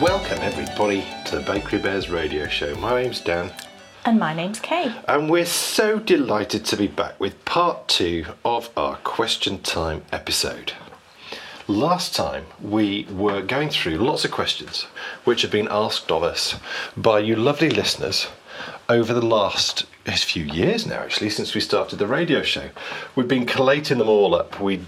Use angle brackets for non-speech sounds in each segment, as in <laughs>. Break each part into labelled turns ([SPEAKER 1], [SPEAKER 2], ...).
[SPEAKER 1] Welcome, everybody, to the Bakery Bears radio show. My name's Dan,
[SPEAKER 2] And my name's Kay.
[SPEAKER 1] and we're so delighted to be back with part two of our question time episode. Last time, we were going through lots of questions which have been asked of us by you lovely listeners over the last it's few years now, actually, since we started the radio show. We've been collating them all up. We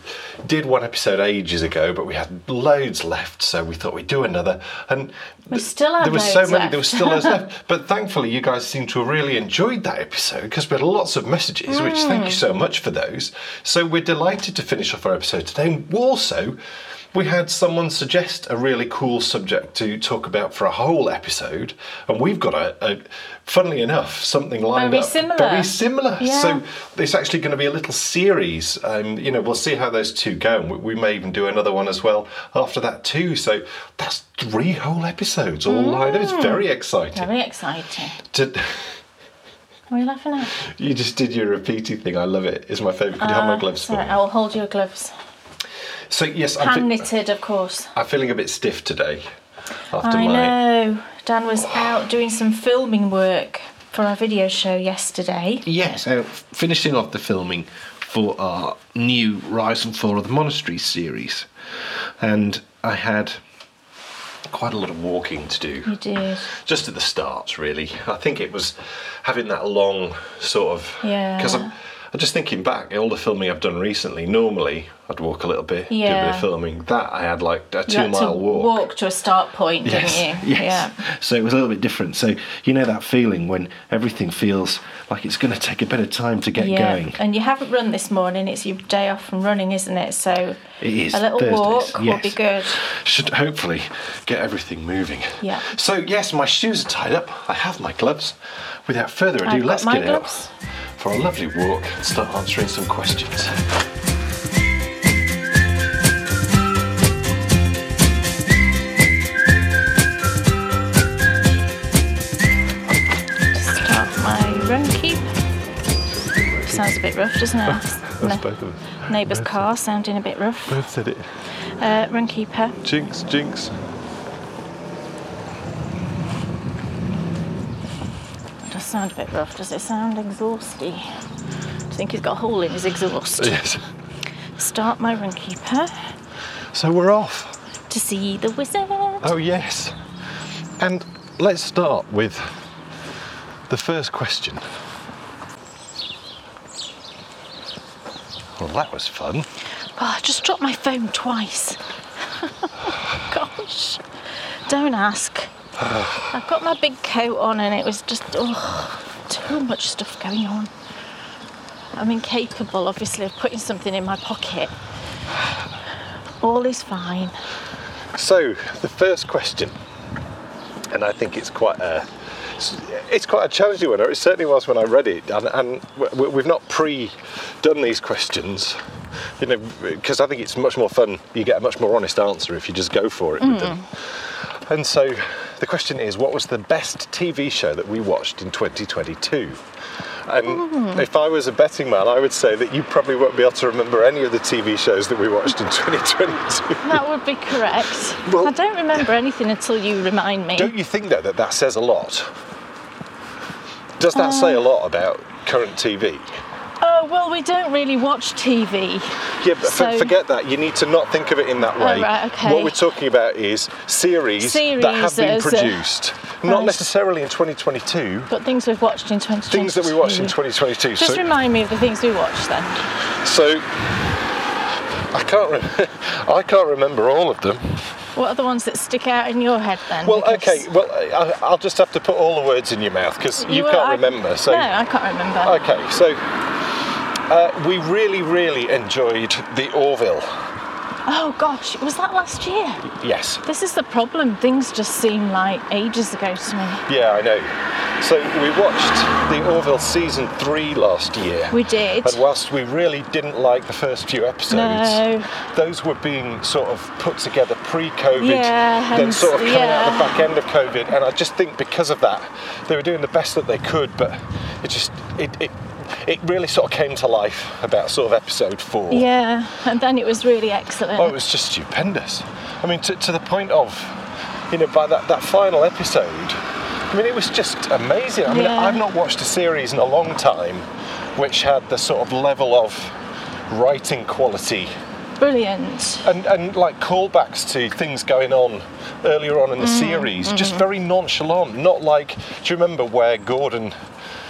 [SPEAKER 1] did one episode ages ago, but we had loads left, so we thought we'd do another. And
[SPEAKER 2] We still have
[SPEAKER 1] there was so
[SPEAKER 2] loads
[SPEAKER 1] many.
[SPEAKER 2] left.
[SPEAKER 1] There was still loads left, <laughs> but thankfully, you guys seem to have really enjoyed that episode because we had lots of messages. Which thank you so much for those. So we're delighted to finish off our episode today. And also, we had someone suggest a really cool subject to talk about for a whole episode, and we've got a, a funnily enough something lined
[SPEAKER 2] Very
[SPEAKER 1] up
[SPEAKER 2] similar.
[SPEAKER 1] very similar.
[SPEAKER 2] Yeah.
[SPEAKER 1] So it's actually going to be a little series. Um, you know, we'll see how those two go. and We, we may even do another one as well after that too. So that's three whole episodes all lined up. It's very exciting.
[SPEAKER 2] Mm. Very exciting.
[SPEAKER 1] To-
[SPEAKER 2] What are you laughing at?
[SPEAKER 1] you just did your repeaty thing. I love it. It's my favourite. Could you have my
[SPEAKER 2] Ah,
[SPEAKER 1] gloves for
[SPEAKER 2] Sorry,
[SPEAKER 1] me?
[SPEAKER 2] I will hold your gloves.
[SPEAKER 1] So yes, I'm,
[SPEAKER 2] Hand
[SPEAKER 1] fe-
[SPEAKER 2] knitted, of course.
[SPEAKER 1] I'm feeling a bit stiff today after my.
[SPEAKER 2] I know. Dan was out doing some filming work for our video show yesterday.
[SPEAKER 3] Yeah,
[SPEAKER 1] uh,
[SPEAKER 3] so finishing off the filming for our new Rise and Fall of the Monastery series. And I had
[SPEAKER 1] Quite a lot of walking to do.
[SPEAKER 2] You did.
[SPEAKER 1] just at the start, really. I think it was having that long sort of
[SPEAKER 2] Yeah.
[SPEAKER 1] because I'm, I'm just thinking back all the filming I've done recently. Normally, I'd walk a little bit, do a bit
[SPEAKER 2] Yeah.
[SPEAKER 1] of filming. That I had like a
[SPEAKER 2] You
[SPEAKER 1] two
[SPEAKER 2] had to
[SPEAKER 1] mile walk.
[SPEAKER 2] Walk to a start point,
[SPEAKER 3] yes,
[SPEAKER 1] <laughs>
[SPEAKER 2] didn't you?
[SPEAKER 3] yes. So it was a little bit different. So you know that feeling when everything feels like it's going to take a bit of time to get
[SPEAKER 2] Yeah. Yeah.
[SPEAKER 3] going.
[SPEAKER 2] And you haven't run this morning. It's your day off from running, isn't it? So
[SPEAKER 3] It is
[SPEAKER 2] a little
[SPEAKER 3] Thursdays,
[SPEAKER 2] walk will
[SPEAKER 3] yes.
[SPEAKER 2] be good.
[SPEAKER 1] Should hopefully get everything moving.
[SPEAKER 2] Yeah.
[SPEAKER 1] So yes, my shoes are tied up. I have my gloves. Without further ado,
[SPEAKER 2] I've got
[SPEAKER 1] let's
[SPEAKER 2] my
[SPEAKER 1] get
[SPEAKER 2] gloves.
[SPEAKER 1] out for a lovely walk and start answering some questions.
[SPEAKER 2] Start my run keep. Sounds a bit rough,
[SPEAKER 1] <laughs>
[SPEAKER 2] doesn't it?
[SPEAKER 1] That's
[SPEAKER 2] Ne-
[SPEAKER 1] both of us.
[SPEAKER 2] Neighbour's car sounding a bit rough.
[SPEAKER 1] Both said it.
[SPEAKER 2] Uh, run keeper.
[SPEAKER 1] Jinx, jinx.
[SPEAKER 2] Does sound a bit rough. Does it sound exhausty? I think he's got a hole in his
[SPEAKER 1] <laughs>
[SPEAKER 2] exhaust.
[SPEAKER 1] Yes.
[SPEAKER 2] Start my run keeper
[SPEAKER 1] So we're off.
[SPEAKER 2] to see the wizard.
[SPEAKER 1] Oh, yes. And let's start with the first question. Well, that was fun.
[SPEAKER 2] Oh, I just dropped my phone twice. <laughs> Gosh. Don't ask. I've got my big coat on and it was just oh, too much stuff going on. I'm incapable, obviously, of putting something in my pocket. All is fine.
[SPEAKER 1] So, the first question, and I think it's quite a it's- it's quite a challenging one, or it certainly was when I read it. And, and we- we- we've not pre-done these questions, you know, because I think it's much more fun. You get a much more honest answer if you just go for it with them. And so, the question is, what was the best TV show that we watched in 2022? And if I was a betting man, I would say that you probably won't be able to remember any of the TV shows that we watched in 2022.
[SPEAKER 2] That would be correct.
[SPEAKER 1] Well-
[SPEAKER 2] I don't remember anything until you remind me.
[SPEAKER 1] Don't you think though that that says a lot? Does that say
[SPEAKER 2] Uh,
[SPEAKER 1] a lot about current TV?
[SPEAKER 2] Oh, well, we don't really watch TV.
[SPEAKER 1] Yeah, but for
[SPEAKER 2] so- Oh,
[SPEAKER 1] forget that. You need to not think of it in that way.
[SPEAKER 2] right, okay.
[SPEAKER 1] What we're talking about is series, that have
[SPEAKER 2] Series
[SPEAKER 1] been
[SPEAKER 2] as a-
[SPEAKER 1] produced, not
[SPEAKER 2] Right.
[SPEAKER 1] necessarily in 2022.
[SPEAKER 2] But things we've watched in 2022.
[SPEAKER 1] Things that we watched in 2022.
[SPEAKER 2] Just
[SPEAKER 1] so,
[SPEAKER 2] remind me of the things we watched then.
[SPEAKER 1] so I can't. Re- <laughs> I can't remember all of them.
[SPEAKER 2] What are the ones that stick out in your head then?
[SPEAKER 1] Well,
[SPEAKER 2] Because
[SPEAKER 1] okay. Well, I, I'll just have to put all the words in your mouth because you,
[SPEAKER 2] were-
[SPEAKER 1] can't
[SPEAKER 2] I-
[SPEAKER 1] remember. So
[SPEAKER 2] no, I can't remember.
[SPEAKER 1] Okay, so uh, we really, really enjoyed the Orville.
[SPEAKER 2] Oh gosh, was that last year?
[SPEAKER 1] Yes.
[SPEAKER 2] This is the problem. Things just seem like ages ago to me.
[SPEAKER 1] Yeah, I know. So we watched the Orville season three last year.
[SPEAKER 2] We did.
[SPEAKER 1] And whilst we really didn't like the first few episodes,
[SPEAKER 2] No.
[SPEAKER 1] those were being sort of put together pre-COVID,
[SPEAKER 2] Yeah,
[SPEAKER 1] then sort of
[SPEAKER 2] hence-
[SPEAKER 1] coming out the
[SPEAKER 2] yeah.
[SPEAKER 1] back end of COVID. And I just think because of that, they were doing the best that they could, but it just it it, it really sort of came to life about sort of episode four.
[SPEAKER 2] Yeah, and then it was really excellent.
[SPEAKER 1] Oh, it was just stupendous. I mean, to, to the point of, you know, by that, that final episode, I mean, it was just amazing. I mean,
[SPEAKER 2] Yeah.
[SPEAKER 1] I've not watched a series in a long time which had the sort of level of writing quality
[SPEAKER 2] Brilliant.
[SPEAKER 1] and, and like callbacks to things going on earlier on in
[SPEAKER 2] Mm,
[SPEAKER 1] the series,
[SPEAKER 2] mm-hmm.
[SPEAKER 1] just very nonchalant. Not like, do you remember where Gordon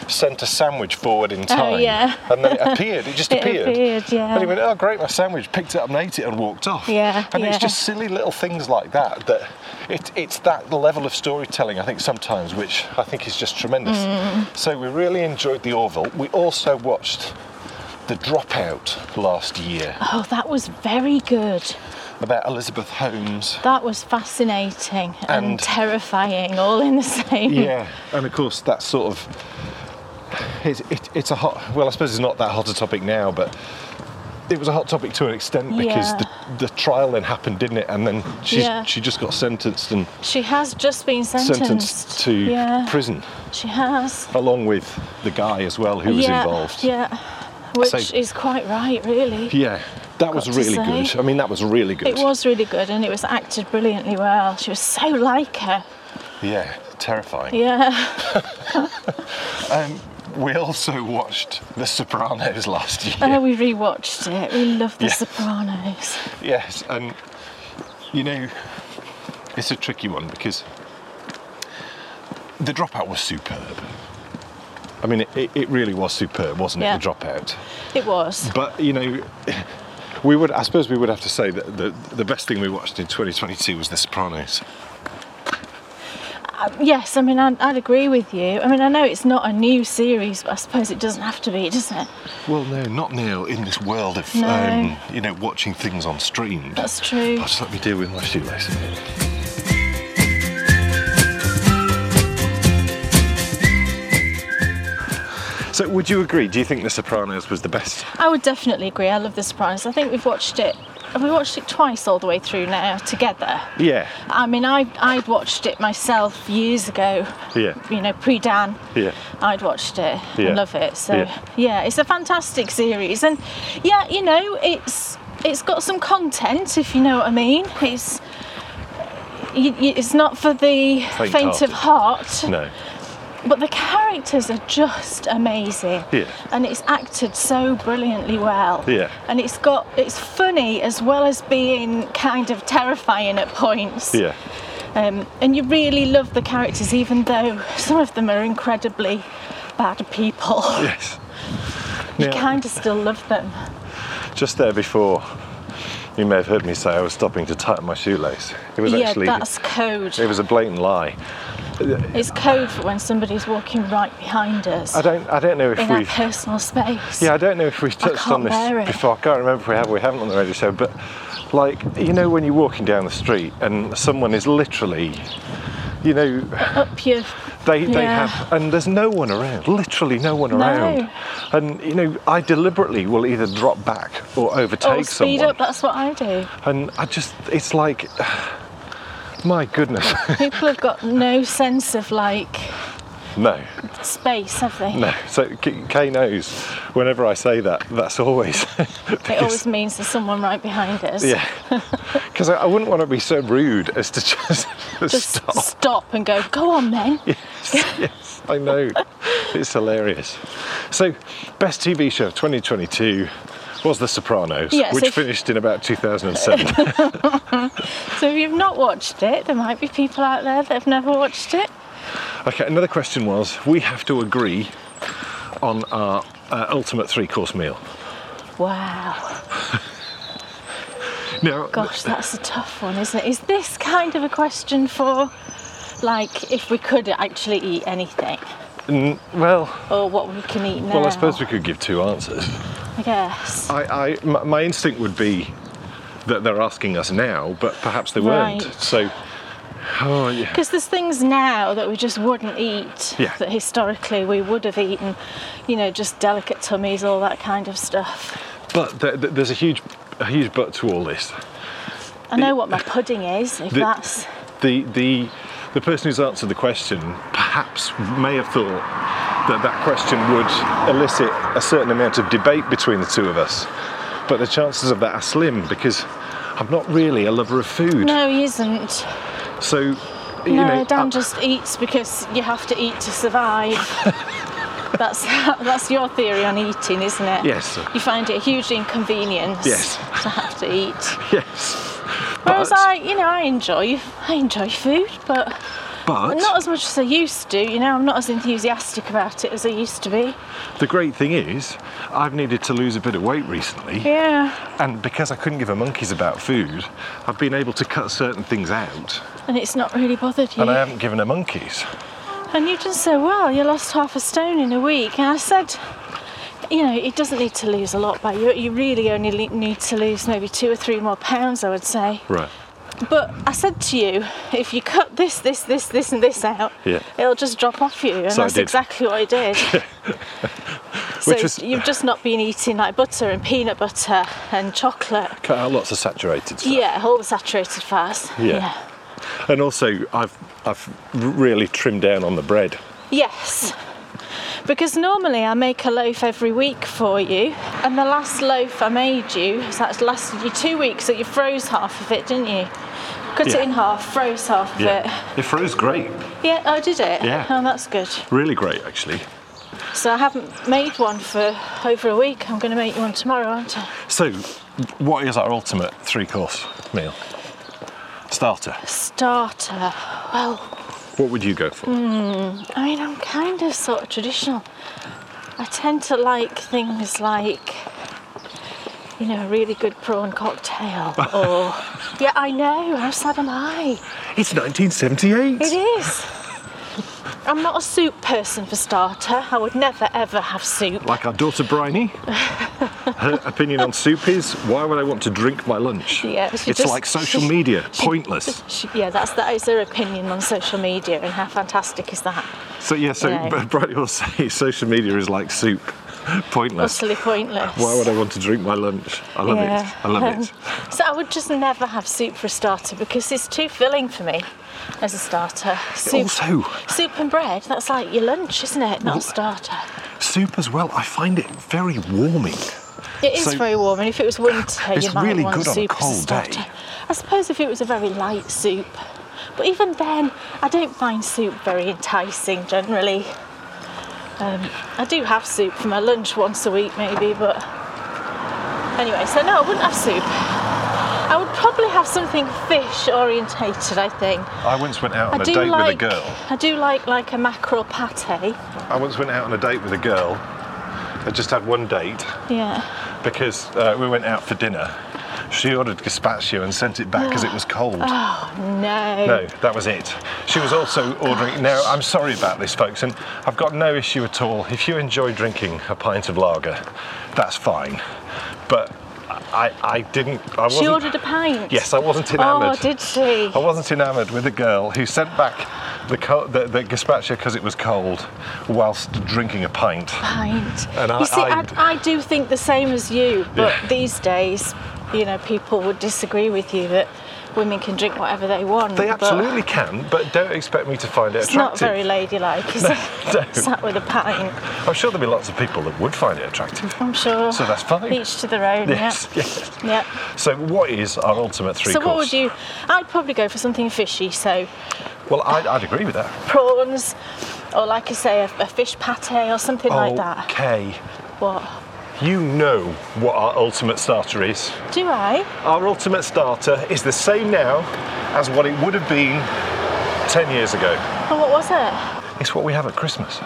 [SPEAKER 1] sent a sandwich forward in time?
[SPEAKER 2] Oh, yeah.
[SPEAKER 1] And then it appeared, it just
[SPEAKER 2] <laughs> It
[SPEAKER 1] appeared.
[SPEAKER 2] appeared, yeah.
[SPEAKER 1] And he went, oh, great, my sandwich, picked it up and ate it and walked off.
[SPEAKER 2] Yeah,
[SPEAKER 1] And it's
[SPEAKER 2] yeah.
[SPEAKER 1] just silly little things like that that it, it's that level of storytelling, I think, sometimes, which I think is just tremendous.
[SPEAKER 2] Mm.
[SPEAKER 1] So we really enjoyed The Orville. We also watched. The Dropout last year
[SPEAKER 2] Oh, that was very good.
[SPEAKER 1] about Elizabeth Holmes
[SPEAKER 2] That was fascinating and,
[SPEAKER 1] And-
[SPEAKER 2] terrifying, all in the same.
[SPEAKER 1] Yeah, <laughs> and of course that sort of it's, it, it's a hot. Well, I suppose it's not that hot a topic now, but it was a hot topic to an extent because
[SPEAKER 2] Yeah.
[SPEAKER 1] the, the trial then happened, didn't it? And then she
[SPEAKER 2] Yeah.
[SPEAKER 1] she just got sentenced and
[SPEAKER 2] She has just been sentenced.
[SPEAKER 1] sentenced to
[SPEAKER 2] yeah,
[SPEAKER 1] prison
[SPEAKER 2] She has.
[SPEAKER 1] along with the guy as well who was
[SPEAKER 2] yeah,
[SPEAKER 1] involved.
[SPEAKER 2] Yeah. Which
[SPEAKER 1] So-
[SPEAKER 2] is quite right, really.
[SPEAKER 1] Yeah, that was
[SPEAKER 2] to
[SPEAKER 1] really
[SPEAKER 2] say.
[SPEAKER 1] good. I mean, that was really good.
[SPEAKER 2] It was really good and it was acted brilliantly well. She was so like her.
[SPEAKER 1] Yeah, terrifying.
[SPEAKER 2] Yeah. <laughs>
[SPEAKER 1] Um, we also watched The Sopranos <laughs> last year.
[SPEAKER 2] Oh, we rewatched it. We love The
[SPEAKER 1] Yeah.
[SPEAKER 2] Sopranos.
[SPEAKER 1] Yes, and you know, it's a tricky one because the dropout was superb. I mean, it, it, it really was superb, wasn't
[SPEAKER 2] Yeah.
[SPEAKER 1] it? The dropout.
[SPEAKER 2] It was.
[SPEAKER 1] But you know, we would. I suppose we would have to say that the, the best thing we watched in 2022 was The Sopranos.
[SPEAKER 2] Um, yes, I mean, I'd, I'd agree with you. I mean, I know it's not a new series, but I suppose it doesn't have to be, does it?
[SPEAKER 1] Well, no, not now. In this world of
[SPEAKER 2] No.
[SPEAKER 1] um, you know watching things on streamed.
[SPEAKER 2] That's true.
[SPEAKER 1] Oh, just let me deal with my shoelace. So, would you agree? Do you think The Sopranos was the best?
[SPEAKER 2] I would definitely agree. I love The Sopranos. I think we've watched it. Have we watched it twice all the way through now together?
[SPEAKER 1] Yeah,
[SPEAKER 2] I mean, I, I'd watched it myself years ago.
[SPEAKER 1] Yeah.
[SPEAKER 2] You know, pre Dan.
[SPEAKER 1] Yeah.
[SPEAKER 2] I'd watched it. I
[SPEAKER 1] Yeah.
[SPEAKER 2] love it. So,
[SPEAKER 1] Yeah.
[SPEAKER 2] yeah. it's a fantastic series. And yeah, you know, it's it's got some content, if you know what I mean. It's, y y it's not for the faint, of heart.
[SPEAKER 1] no,
[SPEAKER 2] But the characters are just amazing.
[SPEAKER 1] Yeah.
[SPEAKER 2] And it's acted so brilliantly well.
[SPEAKER 1] Yeah.
[SPEAKER 2] And it's got it's funny as well as being kind of terrifying at points.
[SPEAKER 1] yeah,
[SPEAKER 2] Um, and you really love the characters even though some of them are incredibly bad people.
[SPEAKER 1] yes.
[SPEAKER 2] You
[SPEAKER 1] Now,
[SPEAKER 2] kind of still
[SPEAKER 1] <laughs>
[SPEAKER 2] love them.
[SPEAKER 1] just there before, you may have heard me say I was stopping to tighten my shoelace. It was
[SPEAKER 2] yeah,
[SPEAKER 1] actually
[SPEAKER 2] that's code.
[SPEAKER 1] it was a blatant lie.
[SPEAKER 2] It's code for when somebody's walking right behind us
[SPEAKER 1] I don't I don't know if
[SPEAKER 2] in our
[SPEAKER 1] we've
[SPEAKER 2] personal space.
[SPEAKER 1] Yeah, I don't know if we touched on
[SPEAKER 2] can't bear
[SPEAKER 1] this
[SPEAKER 2] it.
[SPEAKER 1] before. I can't remember if we have or we haven't on the radio show, but like, you know, when you're walking down the street and someone is literally, you know,
[SPEAKER 2] Up oh, you.
[SPEAKER 1] they, they
[SPEAKER 2] Yeah.
[SPEAKER 1] have, and there's no one around, literally no one
[SPEAKER 2] No.
[SPEAKER 1] around. And, you know, I deliberately will either drop back or overtake
[SPEAKER 2] Or speed
[SPEAKER 1] someone.
[SPEAKER 2] up, that's what I do.
[SPEAKER 1] And I just, it's like, my goodness. <laughs>
[SPEAKER 2] People have got no sense of like
[SPEAKER 1] no,
[SPEAKER 2] space, have they?
[SPEAKER 1] no. So K- Kay knows whenever I say that, that's always.
[SPEAKER 2] It
[SPEAKER 1] because-
[SPEAKER 2] always means there's someone right behind us.
[SPEAKER 1] Yeah, <laughs> because I, I wouldn't want to be so rude as to <laughs> just,
[SPEAKER 2] Just
[SPEAKER 1] stop. <laughs>
[SPEAKER 2] stop. and go, go on then. <laughs>
[SPEAKER 1] yes, I know. It's hilarious. So, best TV show of 2022 was The Sopranos,
[SPEAKER 2] Yes,
[SPEAKER 1] which
[SPEAKER 2] if-
[SPEAKER 1] finished in about
[SPEAKER 2] <laughs>
[SPEAKER 1] 2007.
[SPEAKER 2] So if you've not watched it, there might be people out there that have never watched it.
[SPEAKER 1] okay, another question was we have to agree on our uh, ultimate three course meal.
[SPEAKER 2] Wow.
[SPEAKER 1] Now,
[SPEAKER 2] Gosh, that's a tough one, isn't it? Is this kind of a question for like if we could actually eat anything
[SPEAKER 1] n- well,
[SPEAKER 2] or what we can eat now?
[SPEAKER 1] well, I suppose we could give two answers.
[SPEAKER 2] I guess.
[SPEAKER 1] I, I m- my instinct would be that they're asking us now, but perhaps they weren't.
[SPEAKER 2] Right.
[SPEAKER 1] So, oh yeah.
[SPEAKER 2] Because there's things now that we just wouldn't eat
[SPEAKER 1] Yeah.
[SPEAKER 2] that historically we would have eaten, you know, just delicate tummies, all that kind of stuff.
[SPEAKER 1] But th- th- there's a huge, a huge but to all this.
[SPEAKER 2] I know what my pudding is, if
[SPEAKER 1] The-
[SPEAKER 2] that's.
[SPEAKER 1] The the the person who's answered the question perhaps may have thought that that question would elicit a certain amount of debate between the two of us, but the chances of that are slim because I'm not really a lover of food.
[SPEAKER 2] No, he isn't.
[SPEAKER 1] So
[SPEAKER 3] you
[SPEAKER 2] no,
[SPEAKER 3] know,
[SPEAKER 1] uh,
[SPEAKER 2] Dan
[SPEAKER 3] I-
[SPEAKER 2] just eats because you have to eat
[SPEAKER 1] <laughs>
[SPEAKER 2] to survive. that's that's your theory on eating, isn't it?
[SPEAKER 1] Yes.
[SPEAKER 2] You find it a huge inconvenience
[SPEAKER 1] Yes.
[SPEAKER 2] to have to eat.
[SPEAKER 1] yes.
[SPEAKER 2] Whereas
[SPEAKER 1] <laughs> But-
[SPEAKER 2] I, you know, I enjoy I enjoy food, but
[SPEAKER 1] But
[SPEAKER 2] not as much as I used to. You know, I'm not as enthusiastic about it as I used to be.
[SPEAKER 1] the great thing is, I've needed to lose a bit of weight recently.
[SPEAKER 2] Yeah,
[SPEAKER 1] And because I couldn't give a monkeys about food, I've been able to cut certain things out,
[SPEAKER 2] and it's not really bothered you.
[SPEAKER 1] and I haven't given a monkeys.
[SPEAKER 2] And you've done so well. You lost half a stone in a week. And I said, you know, it doesn't need to lose a lot, but you, you really only le- need to lose maybe two or three more pounds, I would say.
[SPEAKER 1] Right.
[SPEAKER 2] But I said to you, if you cut this, this, this, this, and this out,
[SPEAKER 1] Yeah.
[SPEAKER 2] it'll just drop off you. And
[SPEAKER 1] So I
[SPEAKER 2] that's
[SPEAKER 1] did.
[SPEAKER 2] exactly what I
[SPEAKER 1] <laughs>
[SPEAKER 2] did. so
[SPEAKER 1] Which was-
[SPEAKER 2] you've just not been eating like butter and peanut butter and chocolate.
[SPEAKER 1] Cut out lots of saturated stuff.
[SPEAKER 2] Yeah, all the saturated fats.
[SPEAKER 1] Yeah. And also, I've I've really trimmed down on the bread.
[SPEAKER 2] Yes. Because normally I make a loaf every week for you, and the last loaf I made you, so that's lasted you two weeks, so you froze half of it, didn't you? Cut
[SPEAKER 1] Yeah.
[SPEAKER 2] it in half, froze half of
[SPEAKER 1] It froze great.
[SPEAKER 2] it. Yeah, I did it.
[SPEAKER 1] Yeah.
[SPEAKER 2] Oh, that's good.
[SPEAKER 1] Really great, actually.
[SPEAKER 2] So I haven't made one for over a week. I'm going to make one tomorrow, aren't I?
[SPEAKER 1] So, what is our ultimate three-course meal? Starter.
[SPEAKER 2] Starter. Well,
[SPEAKER 1] What would you go for?
[SPEAKER 2] I mean, I'm kind of sort of traditional. I tend to like things like, you know, a really good prawn cocktail.
[SPEAKER 1] <laughs>
[SPEAKER 2] Or, yeah, I know. How sad am I?
[SPEAKER 1] It's 1978.
[SPEAKER 2] It is. I'm not a soup person for starter. I would never ever have soup.
[SPEAKER 1] Like our daughter Bryony, her opinion on soup is why would I want to drink my lunch?
[SPEAKER 2] Yeah, she
[SPEAKER 1] it's
[SPEAKER 2] just-
[SPEAKER 1] like
[SPEAKER 2] <laughs>
[SPEAKER 1] social
[SPEAKER 2] she-
[SPEAKER 1] media, pointless.
[SPEAKER 2] <laughs> She- Yeah, that's that is her opinion on social media, and how fantastic is that?
[SPEAKER 1] So yeah, so
[SPEAKER 2] Yeah.
[SPEAKER 1] <laughs> but Bridie will say social media is like soup, pointless.
[SPEAKER 2] Utterly pointless.
[SPEAKER 1] Why would I want to drink my lunch? I love
[SPEAKER 2] Yeah.
[SPEAKER 1] it. I love
[SPEAKER 2] Um,
[SPEAKER 1] it.
[SPEAKER 2] <laughs> So I would just never have soup for a starter because it's too filling for me as a starter. Soup,
[SPEAKER 1] Also-
[SPEAKER 2] soup and bread. That's like your lunch, isn't it? Not a starter.
[SPEAKER 1] Soup as well. I find it very warming.
[SPEAKER 2] It is
[SPEAKER 1] so-
[SPEAKER 2] very warm, and if it was winter,
[SPEAKER 1] It's
[SPEAKER 2] you might
[SPEAKER 1] really
[SPEAKER 2] want
[SPEAKER 1] good on a
[SPEAKER 2] soup as
[SPEAKER 1] cold
[SPEAKER 2] a
[SPEAKER 1] day.
[SPEAKER 2] starter. I suppose if it was a very light soup, but even then, I don't find soup very enticing generally. Um, I do have soup for my lunch once a week, maybe, but anyway, so no, I wouldn't have soup. I would probably have something fish orientated. I think.
[SPEAKER 1] I once went out on
[SPEAKER 2] I
[SPEAKER 1] a
[SPEAKER 2] do
[SPEAKER 1] date
[SPEAKER 2] like.
[SPEAKER 1] with a girl.
[SPEAKER 2] I do like like a mackerel pate.
[SPEAKER 1] I once went out on a date with a girl. I just had one date
[SPEAKER 2] Yeah.
[SPEAKER 1] because uh, we went out for dinner. She ordered gazpacho and sent it back because it was cold.
[SPEAKER 2] Oh, No.
[SPEAKER 1] No, that was it. She was also ordering. Now, I'm sorry about this, folks, and I've got no issue at all. If you enjoy drinking a pint of lager, that's fine. But I, I didn't. I wasn't.
[SPEAKER 2] She ordered a pint.
[SPEAKER 1] Yes, I wasn't
[SPEAKER 2] Oh,
[SPEAKER 1] enamoured.
[SPEAKER 2] did she?
[SPEAKER 1] I wasn't enamoured with a girl who sent back the, co- the, the gazpacho because it was cold whilst drinking a pint.
[SPEAKER 2] pint.
[SPEAKER 1] And I-
[SPEAKER 2] you see, I,
[SPEAKER 1] I-
[SPEAKER 2] I, do think the same as you, but
[SPEAKER 1] Yeah.
[SPEAKER 2] these days, you know, people would disagree with you that women can drink whatever they want.
[SPEAKER 1] They
[SPEAKER 2] but
[SPEAKER 1] absolutely can, but don't expect me to find it
[SPEAKER 2] It's not
[SPEAKER 1] attractive.
[SPEAKER 2] very ladylike,
[SPEAKER 1] <laughs>
[SPEAKER 2] is
[SPEAKER 1] No,
[SPEAKER 2] it?
[SPEAKER 1] no.
[SPEAKER 2] Sat with a pint.
[SPEAKER 1] I'm sure there'll be lots of people that would find it attractive.
[SPEAKER 2] I'm sure.
[SPEAKER 1] So that's fine.
[SPEAKER 2] Each to their own.
[SPEAKER 1] Yes,
[SPEAKER 2] Yeah.
[SPEAKER 1] yes.
[SPEAKER 2] yeah.
[SPEAKER 1] So, what is our ultimate three
[SPEAKER 2] So
[SPEAKER 1] course?
[SPEAKER 2] what would you? I'd probably go for something fishy. So
[SPEAKER 1] Well, I'd, I'd agree with that.
[SPEAKER 2] prawns, or like I say, a, a fish pate or something
[SPEAKER 1] Oh.
[SPEAKER 2] like that.
[SPEAKER 1] Okay.
[SPEAKER 2] What?
[SPEAKER 1] You know what our ultimate starter is.
[SPEAKER 2] Do I?
[SPEAKER 1] Our ultimate starter is the same now as what it would have been 10 years ago.
[SPEAKER 2] Oh, what was it?
[SPEAKER 1] It's what we have at Christmas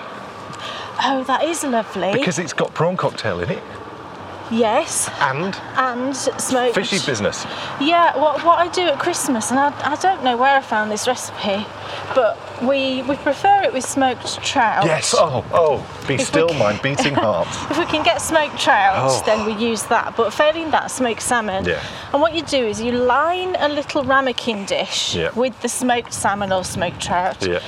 [SPEAKER 2] Oh, that is lovely.
[SPEAKER 1] because it's got prawn cocktail in it
[SPEAKER 2] yes,
[SPEAKER 1] and
[SPEAKER 2] and smoked
[SPEAKER 1] fishy business.
[SPEAKER 2] Yeah, what, what I do at Christmas, and I, I don't know where I found this recipe, but we we prefer it with smoked trout.
[SPEAKER 1] Yes. Oh, oh, be
[SPEAKER 2] we
[SPEAKER 1] still,
[SPEAKER 2] can-
[SPEAKER 1] my beating heart.
[SPEAKER 2] <laughs> If we can get smoked trout,
[SPEAKER 1] Oh.
[SPEAKER 2] then we use that. But failing that, smoked salmon.
[SPEAKER 1] Yeah.
[SPEAKER 2] And what you do is you line a little ramekin dish
[SPEAKER 1] Yeah.
[SPEAKER 2] with the smoked salmon or smoked trout.
[SPEAKER 1] Yeah.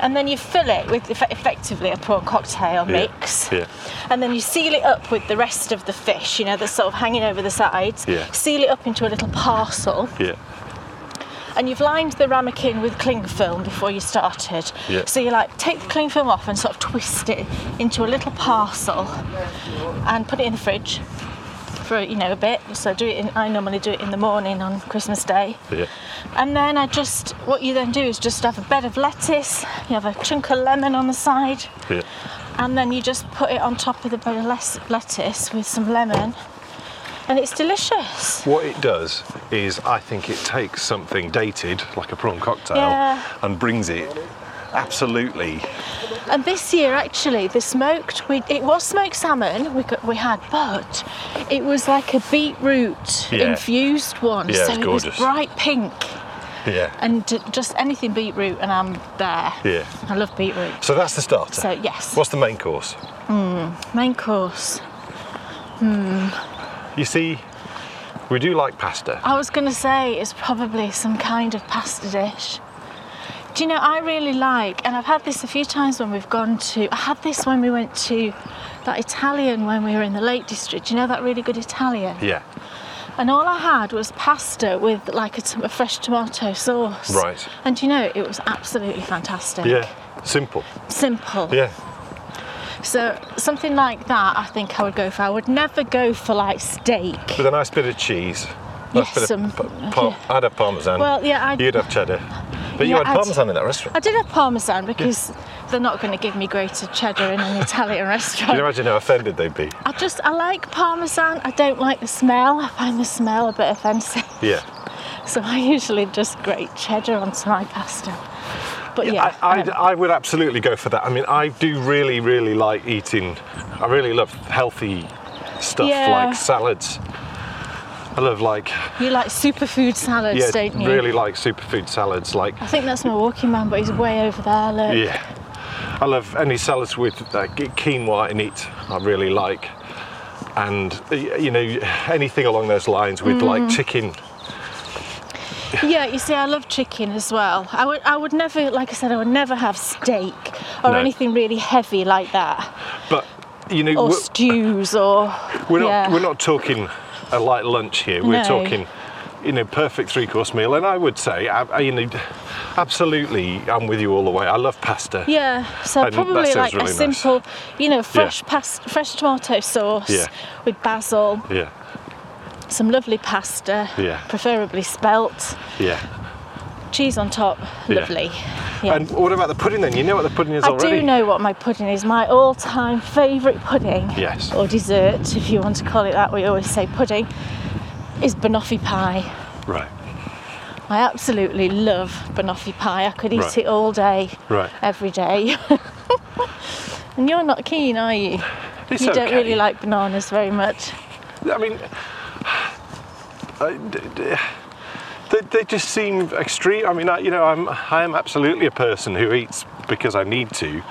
[SPEAKER 2] And then you fill it with effe- effectively a prawn cocktail mix.
[SPEAKER 1] yeah.
[SPEAKER 2] And then you seal it up with the rest of the fish, you know, that's sort of hanging over the sides.
[SPEAKER 1] Yeah.
[SPEAKER 2] Seal it up into a little parcel.
[SPEAKER 1] Yeah.
[SPEAKER 2] and you've lined the ramekin with cling film before you started.
[SPEAKER 1] Yeah.
[SPEAKER 2] So you like take the cling film off and sort of twist it into a little parcel and put it in the fridge. for you know a bit. So I do it. In, I normally do it in the morning on Christmas Day,
[SPEAKER 1] Yeah.
[SPEAKER 2] and then I just what you then do is just have a bed of lettuce. You have a chunk of lemon on the side,
[SPEAKER 1] Yeah.
[SPEAKER 2] and then you just put it on top of the bed of les- lettuce with some lemon, and it's delicious.
[SPEAKER 1] What it does is, I think it takes something dated, like a prawn cocktail,
[SPEAKER 2] Yeah.
[SPEAKER 1] and brings it absolutely.
[SPEAKER 2] And this year, actually, the smoked we, it was smoked salmon we got, we had, but it was like a beetroot
[SPEAKER 1] Yeah.
[SPEAKER 2] infused one,
[SPEAKER 1] Yeah,
[SPEAKER 2] so
[SPEAKER 1] it's
[SPEAKER 2] it was
[SPEAKER 1] gorgeous.
[SPEAKER 2] bright pink.
[SPEAKER 1] Yeah.
[SPEAKER 2] and j- just anything beetroot, and I'm there.
[SPEAKER 1] Yeah.
[SPEAKER 2] I love beetroot.
[SPEAKER 1] So that's the starter.
[SPEAKER 2] So yes,
[SPEAKER 1] What's the main course?
[SPEAKER 2] main course.
[SPEAKER 1] You see, we do like pasta.
[SPEAKER 2] I was going to say it's probably some kind of pasta dish. Do you know, I really like, and I've had this a few times when we've gone to, I had this when we went to that Italian when we were in the Lake District. Do you know that really good Italian?
[SPEAKER 1] Yeah.
[SPEAKER 2] And all I had was pasta with like a, tom- a fresh tomato sauce.
[SPEAKER 1] Right.
[SPEAKER 2] And do you know, it was absolutely fantastic.
[SPEAKER 1] Yeah. Simple.
[SPEAKER 2] Simple.
[SPEAKER 1] Yeah.
[SPEAKER 2] So something like that, I think I would go for. I would never go for like steak.
[SPEAKER 1] With a nice bit of cheese.
[SPEAKER 2] Yes,
[SPEAKER 1] Nice bit
[SPEAKER 2] some-
[SPEAKER 1] of pa- pa- I'd have parmesan.
[SPEAKER 2] Well, yeah, I'd-
[SPEAKER 1] You'd have cheddar. But you
[SPEAKER 2] Yeah,
[SPEAKER 1] had
[SPEAKER 2] I'd-
[SPEAKER 1] parmesan in that
[SPEAKER 2] I
[SPEAKER 1] restaurant.
[SPEAKER 2] did have parmesan because they're not going to give me grated cheddar in an Italian <laughs>
[SPEAKER 1] Can you
[SPEAKER 2] restaurant.
[SPEAKER 1] imagine how offended they'd be?
[SPEAKER 2] I just I like parmesan. I don't like the smell. I find the smell a bit offensive. <laughs>
[SPEAKER 1] Yeah.
[SPEAKER 2] So I usually just grate cheddar onto my pasta. But yeah,
[SPEAKER 1] I, I'd-
[SPEAKER 2] um,
[SPEAKER 1] I would absolutely go for that. I mean, I do really, really like eating. I really love healthy stuff
[SPEAKER 2] Yeah.
[SPEAKER 1] like salads. I love like
[SPEAKER 2] you like superfood salads,
[SPEAKER 1] yeah,
[SPEAKER 2] don't you?
[SPEAKER 1] really like superfood salads. Like
[SPEAKER 2] I think that's my walking man, but he's way over there. Look.
[SPEAKER 1] yeah, I love any salads with uh, qu- quinoa in it. I really like, and uh, you know anything along those lines with
[SPEAKER 2] Mm.
[SPEAKER 1] like chicken.
[SPEAKER 2] Yeah, you see, I love chicken as well. I would, I would never, like I said, I would never have steak or
[SPEAKER 1] No.
[SPEAKER 2] anything really heavy like that,
[SPEAKER 1] But you know
[SPEAKER 2] or
[SPEAKER 1] we're,
[SPEAKER 2] stews, or
[SPEAKER 1] we're not
[SPEAKER 2] yeah.
[SPEAKER 1] we're not talking a light lunch here. We're
[SPEAKER 2] No.
[SPEAKER 1] talking you know perfect three course meal. And I would say I, I- you know absolutely I'm with you all the way. I love pasta.
[SPEAKER 2] Yeah, so
[SPEAKER 1] And that
[SPEAKER 2] probably
[SPEAKER 1] sounds
[SPEAKER 2] like
[SPEAKER 1] really
[SPEAKER 2] a
[SPEAKER 1] nice.
[SPEAKER 2] simple, you know, fresh pasta, fresh tomato sauce
[SPEAKER 1] Yeah.
[SPEAKER 2] with basil,
[SPEAKER 1] Yeah.
[SPEAKER 2] some lovely pasta,
[SPEAKER 1] Yeah.
[SPEAKER 2] preferably spelt,
[SPEAKER 1] Yeah.
[SPEAKER 2] cheese on top,
[SPEAKER 1] Yeah.
[SPEAKER 2] lovely. Yeah.
[SPEAKER 1] And what about the pudding then? You know what the pudding is
[SPEAKER 2] I
[SPEAKER 1] already.
[SPEAKER 2] do know what my pudding is. My all-time favourite pudding,
[SPEAKER 1] Yes.
[SPEAKER 2] or dessert, if you want to call it that. We always say pudding is banoffee pie.
[SPEAKER 1] Right.
[SPEAKER 2] I absolutely love banoffee pie. I could eat
[SPEAKER 1] Right.
[SPEAKER 2] it all day,
[SPEAKER 1] Right.
[SPEAKER 2] every day. <laughs> and you're not keen, are you?
[SPEAKER 1] It's
[SPEAKER 2] you don't really
[SPEAKER 1] okay.
[SPEAKER 2] like bananas very much.
[SPEAKER 1] I mean, I, d- d- they, they just seem extreme. I mean, I, you know, I'm I am absolutely a person who eats because I need to,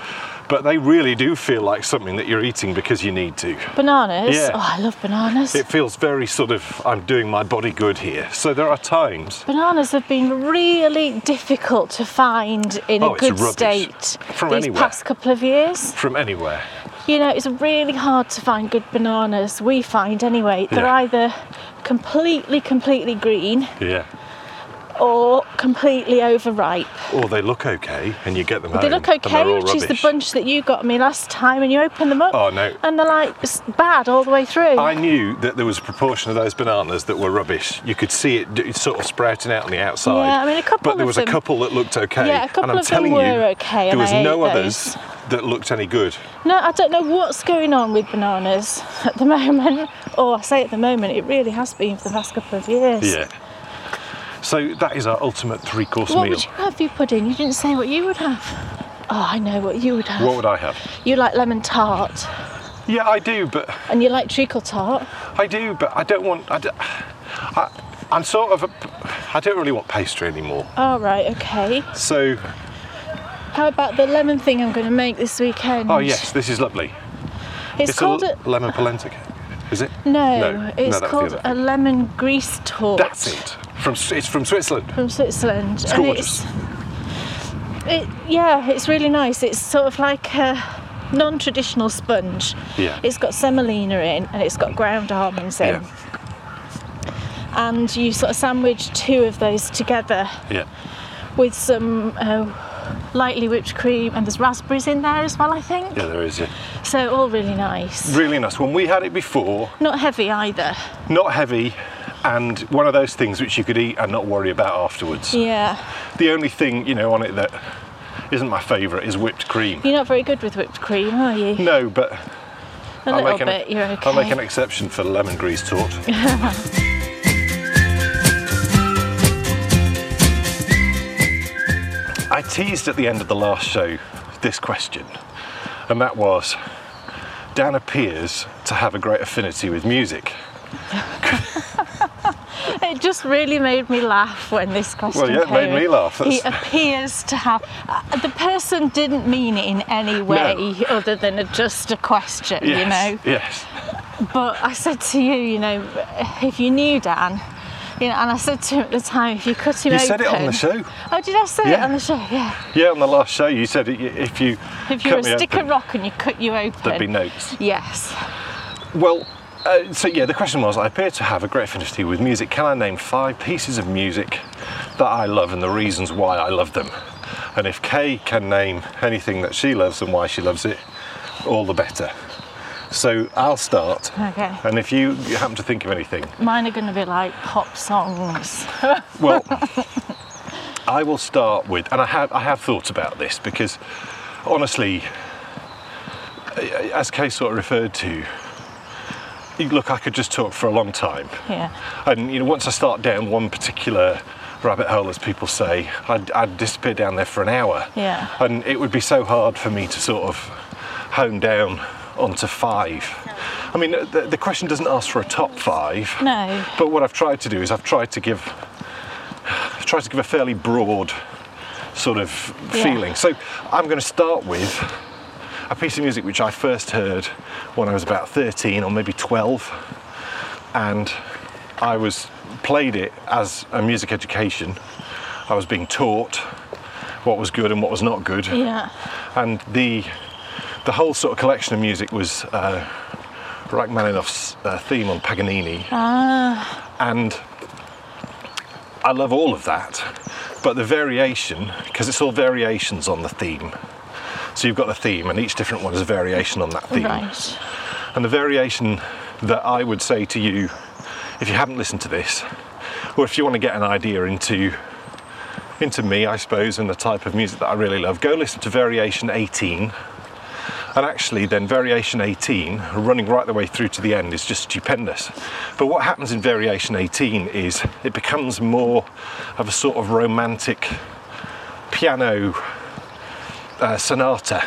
[SPEAKER 1] but they really do feel like something that you're eating because you need to.
[SPEAKER 2] Bananas?
[SPEAKER 1] Yeah.
[SPEAKER 2] Oh, I love bananas.
[SPEAKER 1] It feels very sort of I'm doing my body good here. So there are times.
[SPEAKER 2] Bananas have been really difficult to find in
[SPEAKER 1] Oh,
[SPEAKER 2] a
[SPEAKER 1] it's
[SPEAKER 2] good
[SPEAKER 1] rubbish.
[SPEAKER 2] state
[SPEAKER 1] From
[SPEAKER 2] these
[SPEAKER 1] anywhere.
[SPEAKER 2] past couple of years.
[SPEAKER 1] From anywhere,
[SPEAKER 2] You know, it's really hard to find good bananas. We find anyway. They're
[SPEAKER 1] Yeah.
[SPEAKER 2] either completely, completely green
[SPEAKER 1] yeah.
[SPEAKER 2] or completely overripe.
[SPEAKER 1] Or they look okay, and you get them.
[SPEAKER 2] They
[SPEAKER 1] home,
[SPEAKER 2] look
[SPEAKER 1] Oh, and
[SPEAKER 2] okay,
[SPEAKER 1] they're all
[SPEAKER 2] which is the
[SPEAKER 1] rubbish.
[SPEAKER 2] bunch that you got me last time, and you open them up.
[SPEAKER 1] Oh, no.
[SPEAKER 2] And they're like s- bad all the way through.
[SPEAKER 1] I knew that there was a proportion of those bananas that were rubbish. You could see it d- sort of sprouting out on the outside.
[SPEAKER 2] Yeah, I mean, a couple
[SPEAKER 1] But there
[SPEAKER 2] of
[SPEAKER 1] was a
[SPEAKER 2] them-
[SPEAKER 1] couple that looked okay.
[SPEAKER 2] Yeah, a couple
[SPEAKER 1] and I'm
[SPEAKER 2] of them
[SPEAKER 1] telling you,
[SPEAKER 2] were okay,
[SPEAKER 1] There
[SPEAKER 2] and
[SPEAKER 1] was
[SPEAKER 2] I
[SPEAKER 1] no
[SPEAKER 2] ate
[SPEAKER 1] others
[SPEAKER 2] those.
[SPEAKER 1] that looked any good.
[SPEAKER 2] No, I don't know what's going on with bananas at the <laughs> moment. Or I say at the moment, it really has been for the past couple of years.
[SPEAKER 1] Yeah. So that is our ultimate three-course
[SPEAKER 2] What
[SPEAKER 1] meal.
[SPEAKER 2] would you have, you pudding? You didn't say what you would have. Oh, I know what you would have.
[SPEAKER 1] What would I have?
[SPEAKER 2] You like lemon tart,
[SPEAKER 1] Yeah, I do, but
[SPEAKER 2] and you like treacle tart.
[SPEAKER 1] I do, but I don't want. I d- I, I'm sort of. A, I don't really want pastry anymore.
[SPEAKER 2] All Oh, right, okay.
[SPEAKER 1] So,
[SPEAKER 2] How about the lemon thing I'm going to make this weekend?
[SPEAKER 1] oh yes, this is lovely.
[SPEAKER 2] It's,
[SPEAKER 1] a
[SPEAKER 2] called a,
[SPEAKER 1] l- lemon polenta cake. Is it?
[SPEAKER 2] no,
[SPEAKER 1] that's
[SPEAKER 2] it's
[SPEAKER 1] the
[SPEAKER 2] called
[SPEAKER 1] other
[SPEAKER 2] a
[SPEAKER 1] thing.
[SPEAKER 2] lemon grease tort.
[SPEAKER 1] That's it. From it's from Switzerland.
[SPEAKER 2] from Switzerland. It's
[SPEAKER 1] gorgeous.
[SPEAKER 2] it, yeah, it's really nice. It's sort of like a non-traditional sponge.
[SPEAKER 1] Yeah.
[SPEAKER 2] It's got semolina in and it's got ground almonds in.
[SPEAKER 1] <laughs> Yeah.
[SPEAKER 2] And you sort of sandwich two of those together
[SPEAKER 1] Yeah.
[SPEAKER 2] with some uh, lightly whipped cream, and there's raspberries in there as well, I think.
[SPEAKER 1] Yeah, there is. Yeah.
[SPEAKER 2] So all really nice.
[SPEAKER 1] Really nice. When we had it before,
[SPEAKER 2] Not heavy either.
[SPEAKER 1] not heavy, and one of those things which you could eat and not worry about afterwards.
[SPEAKER 2] Yeah.
[SPEAKER 1] The only thing you know on it that isn't my favourite is whipped cream.
[SPEAKER 2] You're not very good with whipped cream, are you?
[SPEAKER 1] No, but
[SPEAKER 2] A
[SPEAKER 1] Mm. I'll
[SPEAKER 2] little
[SPEAKER 1] make, an,
[SPEAKER 2] bit, you're okay.
[SPEAKER 1] I'll make an exception for lemon grease
[SPEAKER 2] <laughs>
[SPEAKER 1] tort. I teased at the end of the last show this question, and that was Dan appears to have a great affinity with music.
[SPEAKER 2] It just really made me laugh when this question
[SPEAKER 1] Well, yeah, it
[SPEAKER 2] came.
[SPEAKER 1] made me laugh.
[SPEAKER 2] He
[SPEAKER 1] That's-
[SPEAKER 2] appears to have. uh, The person didn't mean it in any way other than a, just a question, you know.
[SPEAKER 1] Yes.
[SPEAKER 2] But I said to you, you know, if you knew Dan, you know, and I said to him at the time, if you cut him
[SPEAKER 1] You
[SPEAKER 2] open.
[SPEAKER 1] said it on the show.
[SPEAKER 2] Oh, did I say it
[SPEAKER 1] Yeah.
[SPEAKER 2] on the show? Yeah.
[SPEAKER 1] Yeah, on the last show you said it, if you
[SPEAKER 2] If you
[SPEAKER 1] cut
[SPEAKER 2] were a
[SPEAKER 1] me
[SPEAKER 2] stick a
[SPEAKER 1] open,
[SPEAKER 2] rock and you cut you open.
[SPEAKER 1] there'd be notes.
[SPEAKER 2] Yes.
[SPEAKER 1] Well, uh, so yeah, the question was I appear to have a great affinity with music. Can I name five pieces of music that I love and the reasons why I love them? And if Kay can name anything that she loves and why she loves it, all the better. So I'll start.
[SPEAKER 2] Okay.
[SPEAKER 1] And if you happen to think of anything,
[SPEAKER 2] Mine are going to be like pop songs.
[SPEAKER 1] well, I will start with, and I have I have thought about this because, honestly, as Kay sort of referred to, look, I could just talk for a long time,
[SPEAKER 2] Yeah.
[SPEAKER 1] and you know, once I start down one particular rabbit hole, as people say, I'd, I'd disappear down there for an hour,
[SPEAKER 2] Yeah.
[SPEAKER 1] and it would be so hard for me to sort of hone down onto five. I mean, the, the question doesn't ask for a top five.
[SPEAKER 2] No.
[SPEAKER 1] But what I've tried to do is I've tried to give I've tried to give a fairly broad sort of
[SPEAKER 2] Yeah.
[SPEAKER 1] feeling. So I'm going to start with a piece of music which I first heard when I was about 13 or maybe 12 and I was played it as a music education. I was being taught what was good and what was not good
[SPEAKER 2] Yeah.
[SPEAKER 1] and the the whole sort of collection of music was uh, Rachmaninoff's uh, theme on Paganini, and I love all of that, but the variation because it's all variations on the theme. So you've got the theme, and each different one is a variation on that theme.
[SPEAKER 2] Right.
[SPEAKER 1] And the variation that I would say to you, if you haven't listened to this, or if you want to get an idea into into me, I suppose, and the type of music that I really love, go listen to Variation 18. And actually, then Variation 18, running right the way through to the end, is just stupendous. But what happens in Variation 18 is it becomes more of a sort of romantic piano uh, sonata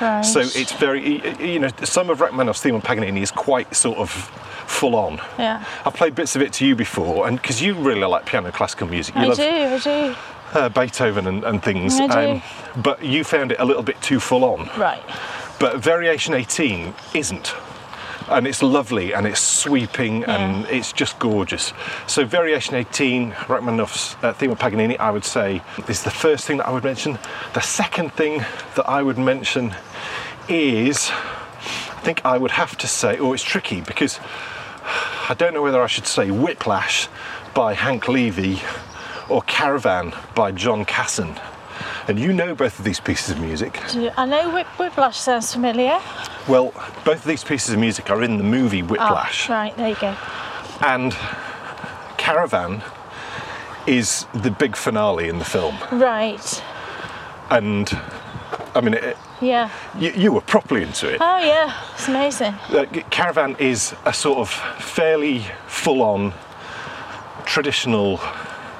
[SPEAKER 2] Right.
[SPEAKER 1] so it's very, y- y- you know, some of Rachmaninoff's theme on Paganini is quite sort of full on.
[SPEAKER 2] Yeah.
[SPEAKER 1] I played bits of it to you before, and because you really like piano classical music, you
[SPEAKER 2] I
[SPEAKER 1] love
[SPEAKER 2] do, I do.
[SPEAKER 1] Uh, Beethoven and, and things. um,
[SPEAKER 2] I do.
[SPEAKER 1] but you found it a little bit too full on.
[SPEAKER 2] Right.
[SPEAKER 1] But Variation 18 isn't. And it's lovely and it's sweeping and it's just gorgeous. So, Variation 18, Rachmaninoff's uh, theme of Paganini, I would say is the first thing that I would mention. The second thing that I would mention is I think I would have to say, oh, it's tricky because I don't know whether I should say Whiplash by Hank Levy or Caravan by John Casson. And you know both of these pieces of music.
[SPEAKER 2] Do- I know Whip, Whiplash sounds familiar.
[SPEAKER 1] Well, both of these pieces of music are in the movie
[SPEAKER 2] Ah,
[SPEAKER 1] Whiplash,
[SPEAKER 2] right, there you go.
[SPEAKER 1] and Caravan is the big finale in the film.
[SPEAKER 2] Right.
[SPEAKER 1] And I mean, it,
[SPEAKER 2] Yeah.
[SPEAKER 1] you, you were properly into it.
[SPEAKER 2] Oh yeah, it's amazing.
[SPEAKER 1] Uh, Caravan is a sort of fairly full-on traditional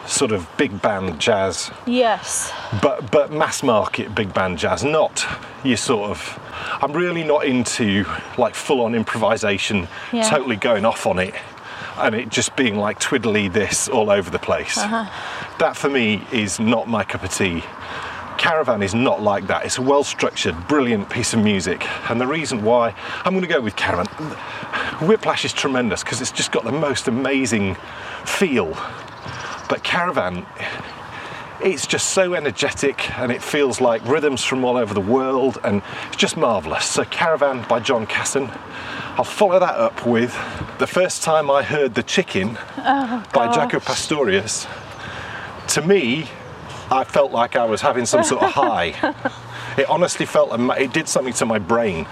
[SPEAKER 1] sort of big band jazz
[SPEAKER 2] Yes.
[SPEAKER 1] but but mass market big band jazz, not your sort of. I'm really not into like full on improvisation,
[SPEAKER 2] Yeah.
[SPEAKER 1] totally going off on it, and it just being like twiddly this all over the place. That for me is not my cup of tea. Caravan is not like that. It's a well structured, brilliant piece of music, and the reason why I'm going to go with Caravan. Whiplash is tremendous because it's just got the most amazing feel, but Caravan it's just so energetic and it feels like rhythms from all over the world and it's just marvellous. So, Caravan by John Casson. I'll follow that up with The First Time I Heard the Chicken by Jaco Pastorius. To me, I felt like I was having some sort of high. it honestly felt, ama- it did something to my brain.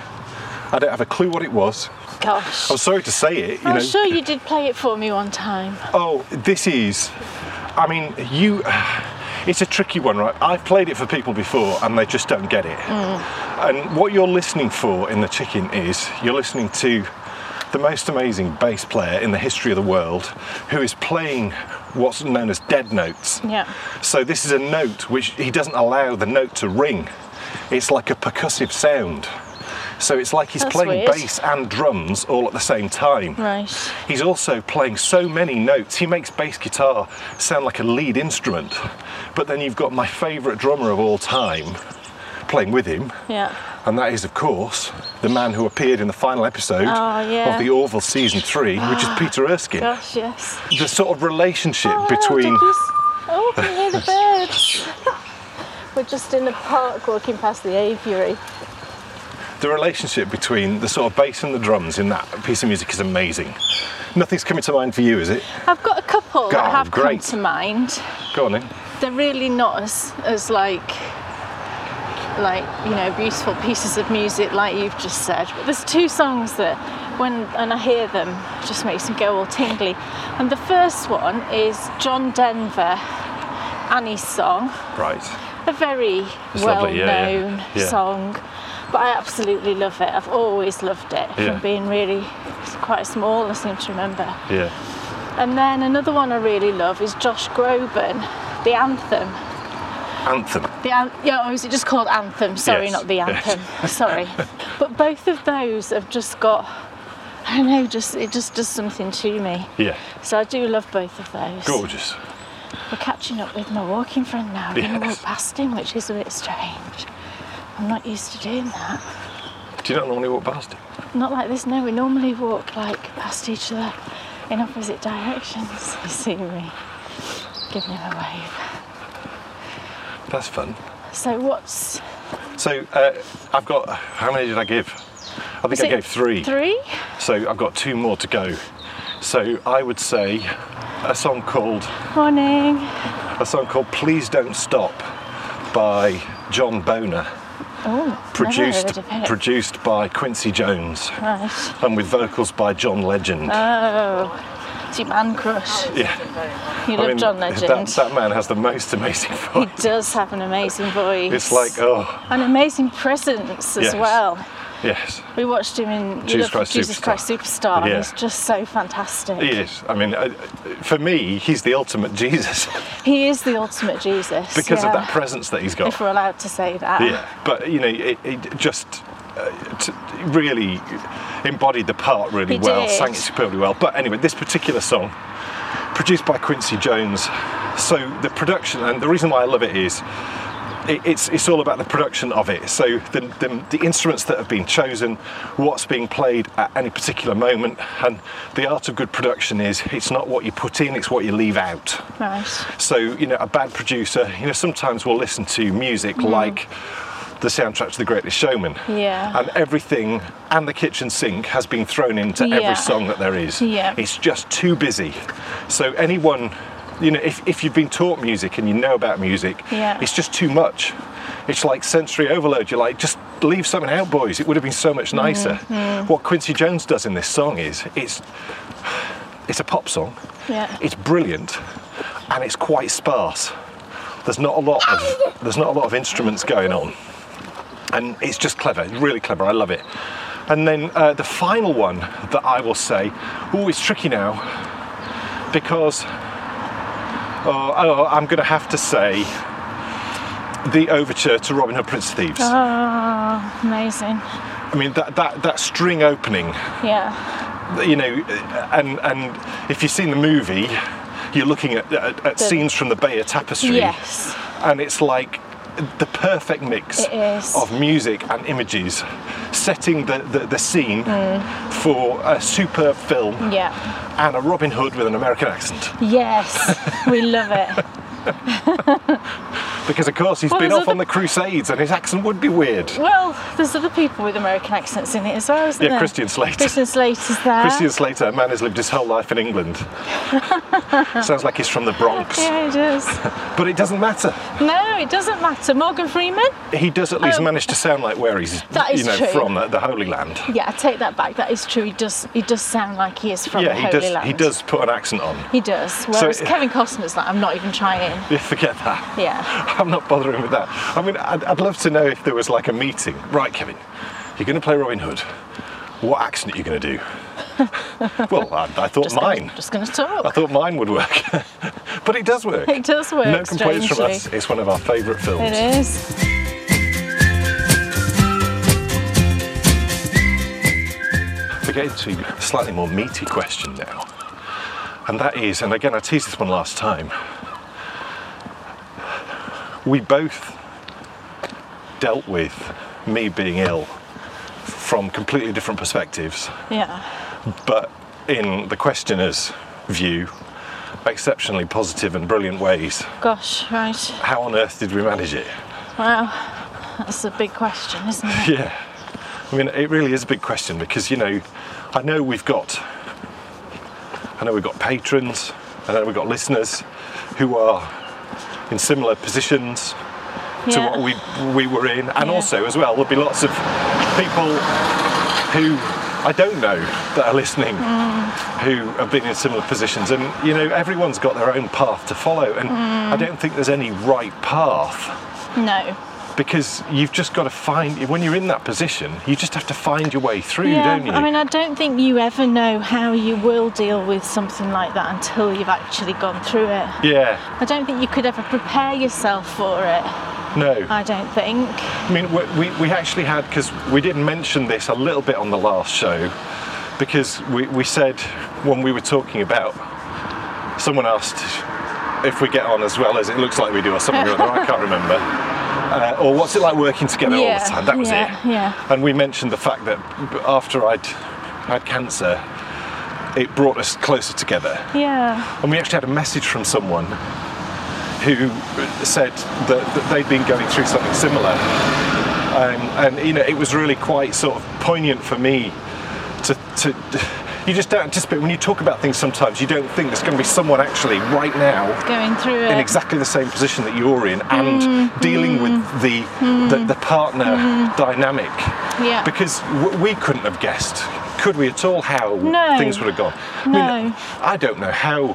[SPEAKER 1] I don't have a clue what it was.
[SPEAKER 2] Gosh.
[SPEAKER 1] I'm sorry to say it. You
[SPEAKER 2] I'm
[SPEAKER 1] know.
[SPEAKER 2] sure you did play it for me one time.
[SPEAKER 1] Oh, this is. I mean, you. It's a tricky one, right? I've played it for people before and they just don't get it.
[SPEAKER 2] Mm.
[SPEAKER 1] And what you're listening for in The Chicken is you're listening to the most amazing bass player in the history of the world who is playing what's known as dead notes.
[SPEAKER 2] Yeah.
[SPEAKER 1] So this is a note which he doesn't allow the note to ring. It's like a percussive sound. So it's like he's
[SPEAKER 2] That's
[SPEAKER 1] playing
[SPEAKER 2] weird.
[SPEAKER 1] bass and drums all at the same time.
[SPEAKER 2] Right.
[SPEAKER 1] He's also playing so many notes. He makes bass guitar sound like a lead instrument. But then you've got my favourite drummer of all time playing with him.
[SPEAKER 2] Yeah.
[SPEAKER 1] And that is, of course, the man who appeared in the final episode
[SPEAKER 2] Oh, yeah. Ah,
[SPEAKER 1] of the Orville season three, which is Peter Erskine.
[SPEAKER 2] Gosh, yes.
[SPEAKER 1] The sort of relationship
[SPEAKER 2] Oh,
[SPEAKER 1] between.
[SPEAKER 2] did you s- Oh, I can
[SPEAKER 1] <laughs>
[SPEAKER 2] hear the birds. <laughs> We're just in the park walking past the aviary.
[SPEAKER 1] the relationship between the sort of bass and the drums in that piece of music is amazing. Nothing's coming to mind for you, is it?
[SPEAKER 2] I've got a couple
[SPEAKER 1] Oh,
[SPEAKER 2] that have
[SPEAKER 1] great.
[SPEAKER 2] come to mind.
[SPEAKER 1] Go on then.
[SPEAKER 2] They're really not as, as like like you know beautiful pieces of music like you've just said but there's two songs that when and i hear them it just makes me go all tingly and the first one is john denver annie's song
[SPEAKER 1] Right.
[SPEAKER 2] a very
[SPEAKER 1] It's
[SPEAKER 2] well
[SPEAKER 1] lovely,
[SPEAKER 2] known
[SPEAKER 1] yeah, yeah. Yeah.
[SPEAKER 2] song. But I absolutely love it. I've always loved it
[SPEAKER 1] Yeah.
[SPEAKER 2] from being really quite small, I seem to remember.
[SPEAKER 1] Yeah.
[SPEAKER 2] And then another one I really love is Josh Groban, The Anthem.
[SPEAKER 1] Anthem.
[SPEAKER 2] The an- yeah, or is it just called Anthem? Sorry,
[SPEAKER 1] Yes,
[SPEAKER 2] not The
[SPEAKER 1] yes.
[SPEAKER 2] Anthem. <laughs> Sorry. But both of those have just got, I don't know, just it just does something to me.
[SPEAKER 1] Yeah.
[SPEAKER 2] So I do love both of those.
[SPEAKER 1] Gorgeous.
[SPEAKER 2] We're catching up with my walking friend now. We're going to
[SPEAKER 1] Yes.
[SPEAKER 2] walk past him, which is a bit strange. I'm not used to doing that.
[SPEAKER 1] Do you not normally walk past it?
[SPEAKER 2] Not like this, no. We normally walk like past each other in opposite directions. <laughs> You see me giving him a
[SPEAKER 1] That's fun.
[SPEAKER 2] wave. So what's
[SPEAKER 1] So uh, I've got. How many did I give? I think
[SPEAKER 2] is
[SPEAKER 1] I
[SPEAKER 2] it
[SPEAKER 1] gave three.
[SPEAKER 2] Three?
[SPEAKER 1] So I've got two more to go. So I would say a song called
[SPEAKER 2] Morning.
[SPEAKER 1] a song called "Please Don't Stop" by John Boner,
[SPEAKER 2] Oh,
[SPEAKER 1] produced
[SPEAKER 2] Never heard of it.
[SPEAKER 1] produced by Quincy Jones,
[SPEAKER 2] right.
[SPEAKER 1] and with vocals by John Legend.
[SPEAKER 2] Oh, it's your man crush.
[SPEAKER 1] yeah,
[SPEAKER 2] You Ah, love John Legend.
[SPEAKER 1] That, that man has the most
[SPEAKER 2] <laughs>
[SPEAKER 1] amazing
[SPEAKER 2] he
[SPEAKER 1] voice.
[SPEAKER 2] does have an amazing voice.
[SPEAKER 1] It's like oh
[SPEAKER 2] an amazing presence as
[SPEAKER 1] Yes.
[SPEAKER 2] well.
[SPEAKER 1] yes,
[SPEAKER 2] We watched him in
[SPEAKER 1] Jesus
[SPEAKER 2] You Love
[SPEAKER 1] Christ
[SPEAKER 2] Jesus
[SPEAKER 1] Superstar.
[SPEAKER 2] Christ Superstar, and
[SPEAKER 1] Yeah.
[SPEAKER 2] he's just so fantastic.
[SPEAKER 1] he is. I mean, I, for me, he's the ultimate Jesus
[SPEAKER 2] He is the ultimate Jesus.
[SPEAKER 1] because
[SPEAKER 2] yeah,
[SPEAKER 1] of that presence that he's got.
[SPEAKER 2] <laughs> If we're allowed to say that.
[SPEAKER 1] Yeah, but you know, it, it just uh, t- really embodied the part really
[SPEAKER 2] It
[SPEAKER 1] well,
[SPEAKER 2] did.
[SPEAKER 1] sang it superbly well. But anyway, this particular song, produced by Quincy Jones, so the production and the reason why I love it is. it- It's, it's all about the production of it. So the, the, the instruments that have been chosen, what's being played at any particular moment, and the art of good production is it's not what you put in, it's what you leave out.
[SPEAKER 2] Right.
[SPEAKER 1] So, you know, a bad producer, you know, sometimes will listen to music
[SPEAKER 2] Mm.
[SPEAKER 1] like the soundtrack to The Greatest Showman.
[SPEAKER 2] Yeah.
[SPEAKER 1] And everything and the kitchen sink has been thrown into
[SPEAKER 2] Yeah.
[SPEAKER 1] every song that there is.
[SPEAKER 2] Yeah.
[SPEAKER 1] It's just too busy. So, anyone, you know, if, if you've been taught music and you know about music,
[SPEAKER 2] Yeah.
[SPEAKER 1] it's just too much. It's like sensory overload. You're like, just leave something out, boys. It would have been so much nicer.
[SPEAKER 2] Mm-hmm.
[SPEAKER 1] What Quincy Jones does in this song is it's it's a pop song.
[SPEAKER 2] Yeah.
[SPEAKER 1] It's brilliant, and it's quite sparse. There's not a lot of there's not a lot of instruments going on, and it's just clever. It's really clever. I love it. And then uh, the final one that I will say, oh, it's tricky now, because oh, oh, I'm going to have to say the overture to Robin Hood Prince of Thieves.
[SPEAKER 2] Uh-huh. Oh, amazing.
[SPEAKER 1] I mean that, that that string opening
[SPEAKER 2] Yeah.
[SPEAKER 1] you know, and and if you've seen the movie, you're looking at, at, at scenes from the Bayer Tapestry,
[SPEAKER 2] Yes.
[SPEAKER 1] and it's like the perfect mix
[SPEAKER 2] It is.
[SPEAKER 1] of music and images, setting the the, the scene for a superb film
[SPEAKER 2] Hmm. Yeah.
[SPEAKER 1] and a Robin Hood with an American accent.
[SPEAKER 2] Yes. we love it.
[SPEAKER 1] Because, of course, he's
[SPEAKER 2] Well,
[SPEAKER 1] been
[SPEAKER 2] there's
[SPEAKER 1] off on
[SPEAKER 2] other-
[SPEAKER 1] the Crusades and his accent would be weird.
[SPEAKER 2] Well, there's other people with American accents in it as well, isn't
[SPEAKER 1] Yeah,
[SPEAKER 2] there?
[SPEAKER 1] Christian Slater. <laughs>
[SPEAKER 2] Christian Slater's there.
[SPEAKER 1] Christian Slater, a man who's lived his whole life in
[SPEAKER 2] <laughs>
[SPEAKER 1] England. Sounds like he's from the Bronx.
[SPEAKER 2] Yeah, he does.
[SPEAKER 1] <laughs> But it doesn't matter.
[SPEAKER 2] no, it doesn't matter. Morgan Freeman?
[SPEAKER 1] He does at least
[SPEAKER 2] Oh.
[SPEAKER 1] manage to sound like where he's
[SPEAKER 2] That is
[SPEAKER 1] you know,
[SPEAKER 2] true.
[SPEAKER 1] from, the, the Holy Land.
[SPEAKER 2] Yeah, I take that back. That is true. He does. He does sound like he is from
[SPEAKER 1] yeah,
[SPEAKER 2] the
[SPEAKER 1] he
[SPEAKER 2] Holy
[SPEAKER 1] does.
[SPEAKER 2] Land.
[SPEAKER 1] He does put an accent on. <laughs>
[SPEAKER 2] He does. Whereas
[SPEAKER 1] it-
[SPEAKER 2] Kevin Costner's like, I'm not even trying.
[SPEAKER 1] Yeah, forget that.
[SPEAKER 2] Yeah.
[SPEAKER 1] I'm not bothering with that. I mean, I'd, I'd love to know if there was like a meeting. Right, Kevin, you're going to play Robin Hood. What accent are you going
[SPEAKER 2] <laughs>
[SPEAKER 1] to do? well, I, I thought
[SPEAKER 2] Just
[SPEAKER 1] mine.
[SPEAKER 2] Gonna, just going to talk.
[SPEAKER 1] I thought mine would work. <laughs> but it does work.
[SPEAKER 2] It does work.
[SPEAKER 1] no complaints from
[SPEAKER 2] strangely.
[SPEAKER 1] us. It's one of our favourite films.
[SPEAKER 2] It is.
[SPEAKER 1] We're getting to a slightly more meaty question now. And that is, and again, I teased this one last time. We both dealt with me being ill from completely different perspectives,
[SPEAKER 2] Yeah.
[SPEAKER 1] but in the questioner's view, exceptionally positive and brilliant ways.
[SPEAKER 2] Gosh, right.
[SPEAKER 1] How on earth did we manage it?
[SPEAKER 2] Wow. That's a big question, isn't it?
[SPEAKER 1] Yeah. I mean, it really is a big question because, you know, I know we've got, I know we've got patrons, I know we've got listeners who are in similar positions to
[SPEAKER 2] Yeah.
[SPEAKER 1] what we, we were in. And
[SPEAKER 2] Yeah.
[SPEAKER 1] also, as well, there'll be lots of people who I don't know that are listening
[SPEAKER 2] Mm.
[SPEAKER 1] who have been in similar positions. And, you know, everyone's got their own path to follow. And
[SPEAKER 2] Mm.
[SPEAKER 1] I don't think there's any right path
[SPEAKER 2] No.
[SPEAKER 1] because you've just got to find when you're in that position you just have to find your way through
[SPEAKER 2] yeah.
[SPEAKER 1] don't you
[SPEAKER 2] I mean, I don't think you ever know how you will deal with something like that until you've actually gone through it.
[SPEAKER 1] yeah
[SPEAKER 2] I don't think you could ever prepare yourself for it.
[SPEAKER 1] no
[SPEAKER 2] I don't think.
[SPEAKER 1] i mean we, we, we actually had because we did mention this a little bit on the last show because we, we said when we were talking about someone asked if we get on as well as it looks like we do or something or other i can't remember
[SPEAKER 2] <laughs>
[SPEAKER 1] uh, or what's it like working together all
[SPEAKER 2] Yeah,
[SPEAKER 1] the time that was
[SPEAKER 2] yeah,
[SPEAKER 1] it
[SPEAKER 2] yeah.
[SPEAKER 1] and we mentioned the fact that b- after i'd had cancer it brought us closer together
[SPEAKER 2] Yeah.
[SPEAKER 1] And we actually had a message from someone who said that, that they'd been going through something similar. Um, and, you know, it was really quite sort of poignant for me to. to you just don't anticipate when you talk about things sometimes you don't think there's going to be someone actually right now
[SPEAKER 2] Going through it.
[SPEAKER 1] in exactly the same position that you're in and
[SPEAKER 2] Mm-hmm.
[SPEAKER 1] dealing with the, the the partner dynamic
[SPEAKER 2] Yeah.
[SPEAKER 1] because w- we couldn't have guessed could we at all how
[SPEAKER 2] No.
[SPEAKER 1] things would have gone I
[SPEAKER 2] No.
[SPEAKER 1] I don't know how.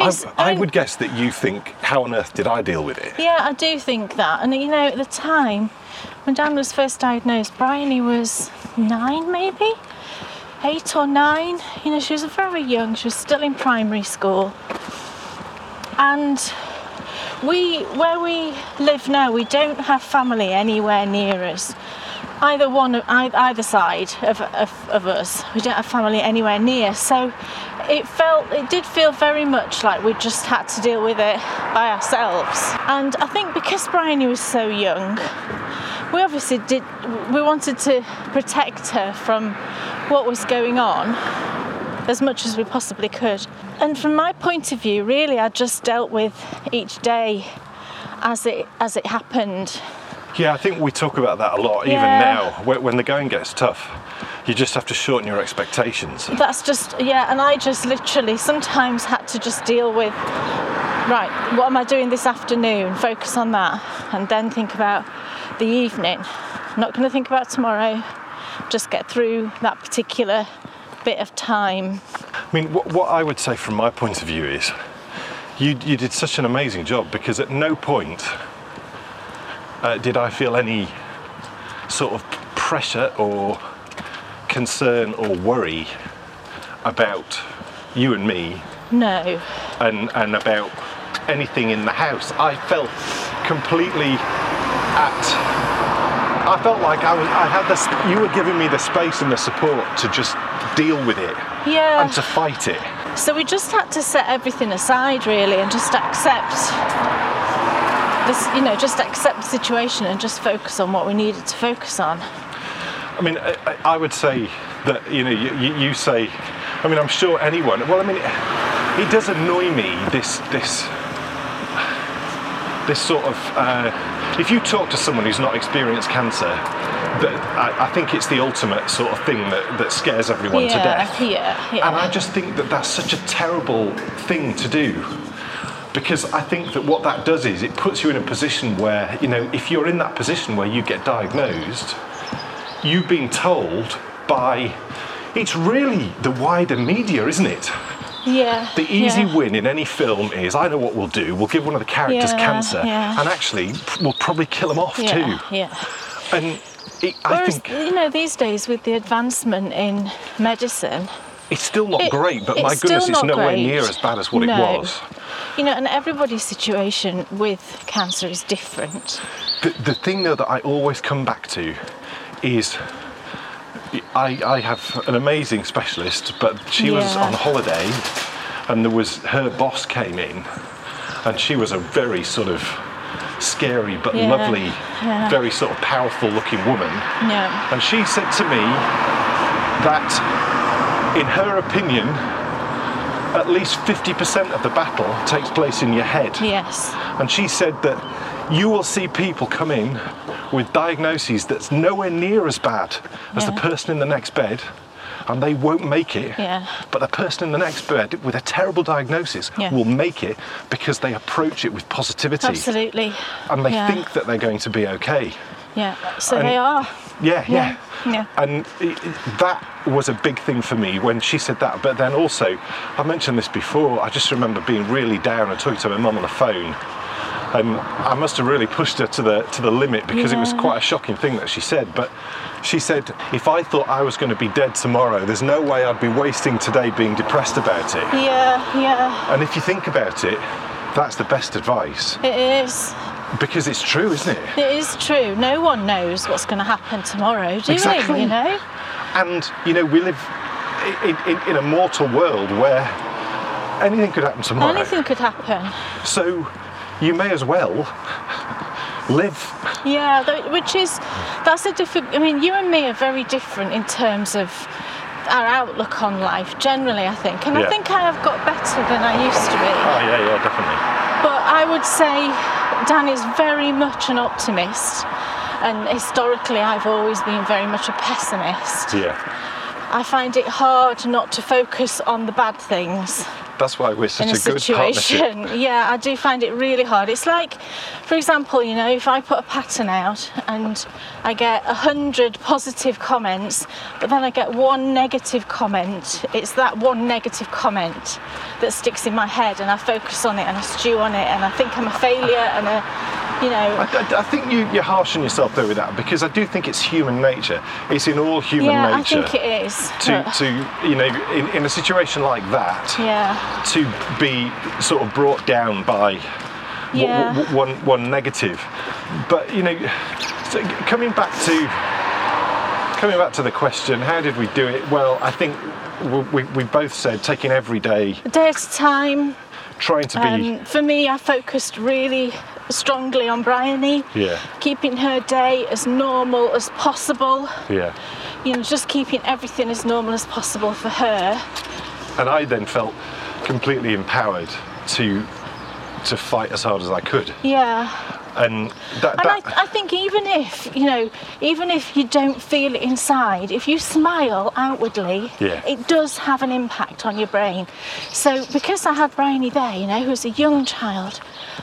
[SPEAKER 1] I,
[SPEAKER 2] It's-
[SPEAKER 1] I
[SPEAKER 2] I mean-
[SPEAKER 1] would guess that you think, how on earth did I deal with it?
[SPEAKER 2] Yeah, I do think that. And you know, at the time when Dan was first diagnosed, Brian, he was nine maybe, eight or nine. You know, she was very young, she was still in primary school. And we, where we live now, we don't have family anywhere near us. Either one, of- ei- either side of, of, of us, we don't have family anywhere near. So it felt, it did feel very much like we just had to deal with it by ourselves. And I think because Bryony was so young, we obviously did. We wanted to protect her from what was going on as much as we possibly could. And from my point of view, really, I just dealt with each day as it as it happened.
[SPEAKER 1] Yeah, I think we talk about that a lot, even
[SPEAKER 2] Yeah.
[SPEAKER 1] now. Wh- When the going gets tough, you just have to shorten your expectations.
[SPEAKER 2] That's just yeah. And I just literally sometimes had to just deal with right. What am I doing this afternoon? Focus on that, and then think about the evening. not going to think about tomorrow. Just get through that particular bit of time.
[SPEAKER 1] I mean, what, what I would say from my point of view is you, you did such an amazing job because at no point uh, did I feel any sort of pressure or concern or worry about you and me
[SPEAKER 2] No.
[SPEAKER 1] and, and about anything in the house. I felt completely at. I felt like I was. I had this. You were giving me the space and the support to just deal with it
[SPEAKER 2] Yeah.
[SPEAKER 1] and to fight it.
[SPEAKER 2] So we just had to set everything aside really and just accept this, you know, just accept the situation and just focus on what we needed to focus on.
[SPEAKER 1] I mean, I, I- I would say that you know you, you, you say. I mean, I'm sure anyone. Well, I mean, it does annoy me this this this sort of. Uh, if you talk to someone who's not experienced cancer, that I, I think it's the ultimate sort of thing that, that scares everyone to death.
[SPEAKER 2] yeah, yeah, yeah.
[SPEAKER 1] And I just think that that's such a terrible thing to do. Because I think that what that does is it puts you in a position where, you know, if you're in that position where you get diagnosed, you've been told by. It's really the wider media, isn't it?
[SPEAKER 2] yeah.
[SPEAKER 1] The easy
[SPEAKER 2] yeah.
[SPEAKER 1] win in any film is I know what we'll do. We'll give one of the characters
[SPEAKER 2] Yeah,
[SPEAKER 1] cancer,
[SPEAKER 2] yeah.
[SPEAKER 1] and actually, we'll probably kill them off
[SPEAKER 2] yeah,
[SPEAKER 1] too.
[SPEAKER 2] yeah.
[SPEAKER 1] And it, I
[SPEAKER 2] Whereas,
[SPEAKER 1] think
[SPEAKER 2] you know, these days with the advancement in medicine,
[SPEAKER 1] it's still not
[SPEAKER 2] it-
[SPEAKER 1] great, but my
[SPEAKER 2] it's still
[SPEAKER 1] goodness, it's
[SPEAKER 2] not
[SPEAKER 1] nowhere
[SPEAKER 2] great.
[SPEAKER 1] near as bad as what it
[SPEAKER 2] No.
[SPEAKER 1] was.
[SPEAKER 2] you know, and everybody's situation with cancer is different.
[SPEAKER 1] The, the thing though that I always come back to is I, I have an amazing specialist, but she was
[SPEAKER 2] Yeah.
[SPEAKER 1] on holiday and there was her boss came in and she was a very sort of scary but
[SPEAKER 2] Yeah,
[SPEAKER 1] lovely,
[SPEAKER 2] yeah.
[SPEAKER 1] very sort of powerful looking woman.
[SPEAKER 2] No.
[SPEAKER 1] And she said to me that, in her opinion, at least 50% of the battle takes place in your head.
[SPEAKER 2] Yes.
[SPEAKER 1] And she said that you will see people come in with diagnoses that's nowhere near as bad as the
[SPEAKER 2] Yeah.
[SPEAKER 1] person in the next bed. And they won't make it.
[SPEAKER 2] Yeah.
[SPEAKER 1] But the person in the next bed with a terrible diagnosis
[SPEAKER 2] Yeah.
[SPEAKER 1] will make it because they approach it with positivity.
[SPEAKER 2] Absolutely.
[SPEAKER 1] And they
[SPEAKER 2] yeah.
[SPEAKER 1] think that they're going to be okay.
[SPEAKER 2] Yeah. So
[SPEAKER 1] and-
[SPEAKER 2] they are.
[SPEAKER 1] Yeah, yeah.
[SPEAKER 2] Yeah, yeah.
[SPEAKER 1] And it, it- that was a big thing for me when she said that. But then also, I mentioned this before, I just remember being really down and talking to my mum on the phone. And I must have really pushed her to the to the limit because it was
[SPEAKER 2] Yeah.
[SPEAKER 1] quite a shocking thing that she said. But she said, if I thought I was going to be dead tomorrow, there's no way I'd be wasting today being depressed about it.
[SPEAKER 2] Yeah. Yeah.
[SPEAKER 1] And if you think about it, that's the best advice
[SPEAKER 2] It is.
[SPEAKER 1] because it's true, isn't it?
[SPEAKER 2] It is true. No one knows what's going to happen tomorrow, do
[SPEAKER 1] Exactly.
[SPEAKER 2] we? You know.
[SPEAKER 1] And you know, we live in, in, in a mortal world where anything could happen tomorrow.
[SPEAKER 2] Anything could happen.
[SPEAKER 1] So you may as well live.
[SPEAKER 2] Yeah, tho- which is that's a different. I mean, you and me are very different in terms of our outlook on life generally. I think, and
[SPEAKER 1] Yeah.
[SPEAKER 2] I think I have got better than I used to be.
[SPEAKER 1] Oh yeah, yeah, definitely.
[SPEAKER 2] But I would say Dan is very much an optimist, and historically I've always been very much a pessimist.
[SPEAKER 1] Yeah.
[SPEAKER 2] I find it hard not to focus on the bad things
[SPEAKER 1] That's why we're such
[SPEAKER 2] in
[SPEAKER 1] a,
[SPEAKER 2] a
[SPEAKER 1] good partnership.
[SPEAKER 2] situation. <laughs> Yeah, I do find it really hard. It's like, for example, you know, if I put a pattern out and I get a hundred positive comments, but then I get one negative comment, it's that one negative comment that sticks in my head, and I focus on it and I stew on it, and I think I'm a failure, and I, you know,
[SPEAKER 1] I, I- I think you, you're harsh on yourself though with that because I do think it's human nature. It's in all human
[SPEAKER 2] yeah,
[SPEAKER 1] nature
[SPEAKER 2] I think it is. <sighs>
[SPEAKER 1] to,
[SPEAKER 2] but-
[SPEAKER 1] to you know in, in a situation like that
[SPEAKER 2] yeah,
[SPEAKER 1] to be sort of brought down by w-
[SPEAKER 2] Yeah.
[SPEAKER 1] w- w- one, one negative. But you know, so g- coming back to coming back to the question, how did we do it? Well, I think w- we, we both said taking every day,
[SPEAKER 2] a day at a time.
[SPEAKER 1] trying to be.
[SPEAKER 2] Um, for me, I focused really strongly on Bryony.
[SPEAKER 1] Yeah.
[SPEAKER 2] Keeping her day as normal as possible.
[SPEAKER 1] yeah.
[SPEAKER 2] You know, just keeping everything as normal as possible for her.
[SPEAKER 1] And I then felt completely empowered to to fight as hard as I could.
[SPEAKER 2] Yeah.
[SPEAKER 1] And that,
[SPEAKER 2] And I,
[SPEAKER 1] that
[SPEAKER 2] I think even if, you know, even if you don't feel it inside, if you smile outwardly,
[SPEAKER 1] Yeah.
[SPEAKER 2] it does have an impact on your brain. So because I had Bryony there, you know, who was a young child,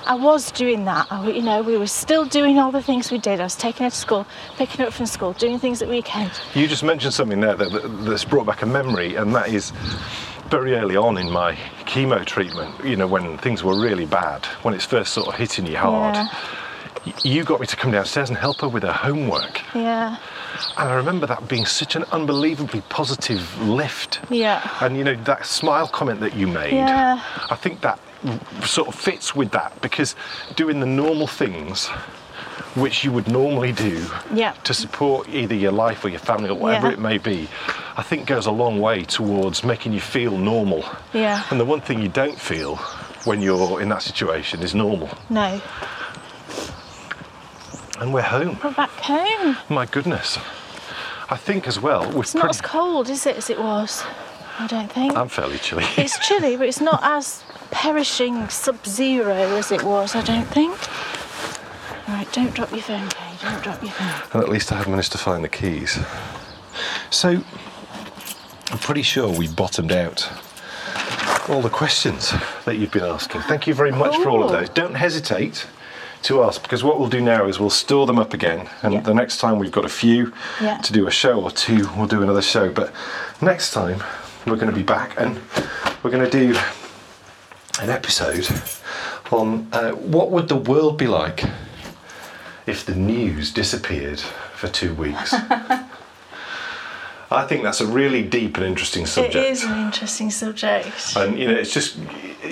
[SPEAKER 2] I was doing that. I, w- you know, we were still doing all the things we did. I was taking her to school, picking her up from school, doing things at weekend.
[SPEAKER 1] You just mentioned something there that, that- that's brought back a memory, and that is very early on in my chemo treatment, you know, when things were really bad, when it's first sort of hitting you hard.
[SPEAKER 2] Yeah.
[SPEAKER 1] y- You got me to come downstairs and help her with her homework.
[SPEAKER 2] Yeah.
[SPEAKER 1] And I remember that being such an unbelievably positive lift.
[SPEAKER 2] Yeah.
[SPEAKER 1] And you know, that smile comment that you made,
[SPEAKER 2] Yeah.
[SPEAKER 1] I think that r- sort of fits with that because doing the normal things which you would normally do
[SPEAKER 2] Yeah.
[SPEAKER 1] to support either your life or your family or whatever
[SPEAKER 2] Yeah.
[SPEAKER 1] it may be, I think goes a long way towards making you feel normal.
[SPEAKER 2] Yeah.
[SPEAKER 1] And the one thing you don't feel when you're in that situation is normal.
[SPEAKER 2] No.
[SPEAKER 1] And we're home.
[SPEAKER 2] We're back home.
[SPEAKER 1] My goodness. I think as well, we're
[SPEAKER 2] It's not
[SPEAKER 1] pretty-
[SPEAKER 2] as cold, is it, as it was? I don't think. <laughs>
[SPEAKER 1] I'm fairly chilly.
[SPEAKER 2] it's chilly, but it's not as perishing sub zero as it was, I don't think. Right, don't drop your phone, Kay, don't drop your phone.
[SPEAKER 1] And at least I have managed to find the keys. So, I'm pretty sure we've bottomed out all the questions that you've been asking. Thank you very much for all of
[SPEAKER 2] Cool.
[SPEAKER 1] those. Don't hesitate to ask because what we'll do now is we'll store them up again. And
[SPEAKER 2] Yeah.
[SPEAKER 1] the next time we've got a few
[SPEAKER 2] Yeah.
[SPEAKER 1] to do a show or two, we'll do another show. But next time, we're going to be back and we're going to do an episode on uh, what would the world be like if the news disappeared for two
[SPEAKER 2] <laughs>
[SPEAKER 1] weeks. I think that's a really deep and interesting subject.
[SPEAKER 2] It is an interesting subject.
[SPEAKER 1] And you know, it's just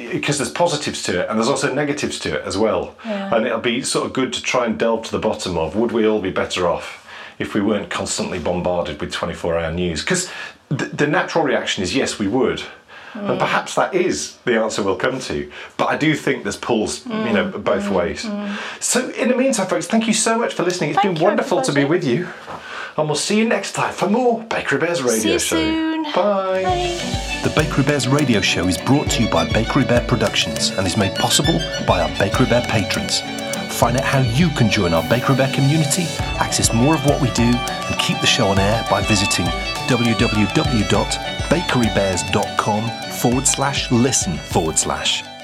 [SPEAKER 1] because there's positives to it, and there's also negatives to it as well.
[SPEAKER 2] Yeah.
[SPEAKER 1] And it'll be sort of good to try and delve to the bottom of: would we all be better off if we weren't constantly bombarded with 24-hour news? Because th- the natural reaction is yes, we would.
[SPEAKER 2] Mm.
[SPEAKER 1] And perhaps that is the answer we'll come to, but I do think there's pulls, you know,
[SPEAKER 2] Mm.
[SPEAKER 1] both ways. So, in the meantime, folks, thank you so much for listening. It's
[SPEAKER 2] Thank
[SPEAKER 1] been
[SPEAKER 2] you,
[SPEAKER 1] wonderful to be with
[SPEAKER 2] everybody.
[SPEAKER 1] you, and we'll see you next time for more Bakery Bears Radio
[SPEAKER 2] See you
[SPEAKER 1] Show.
[SPEAKER 2] soon.
[SPEAKER 1] Bye.
[SPEAKER 2] Bye.
[SPEAKER 4] The Bakery Bears radio show is brought to you by Bakery Bear Productions and is made possible by our Bakery Bear patrons. Find out how you can join our Bakery Bear community, access more of what we do, and keep the show on air by visiting www.bakerybears.com forward slash listen forward slash.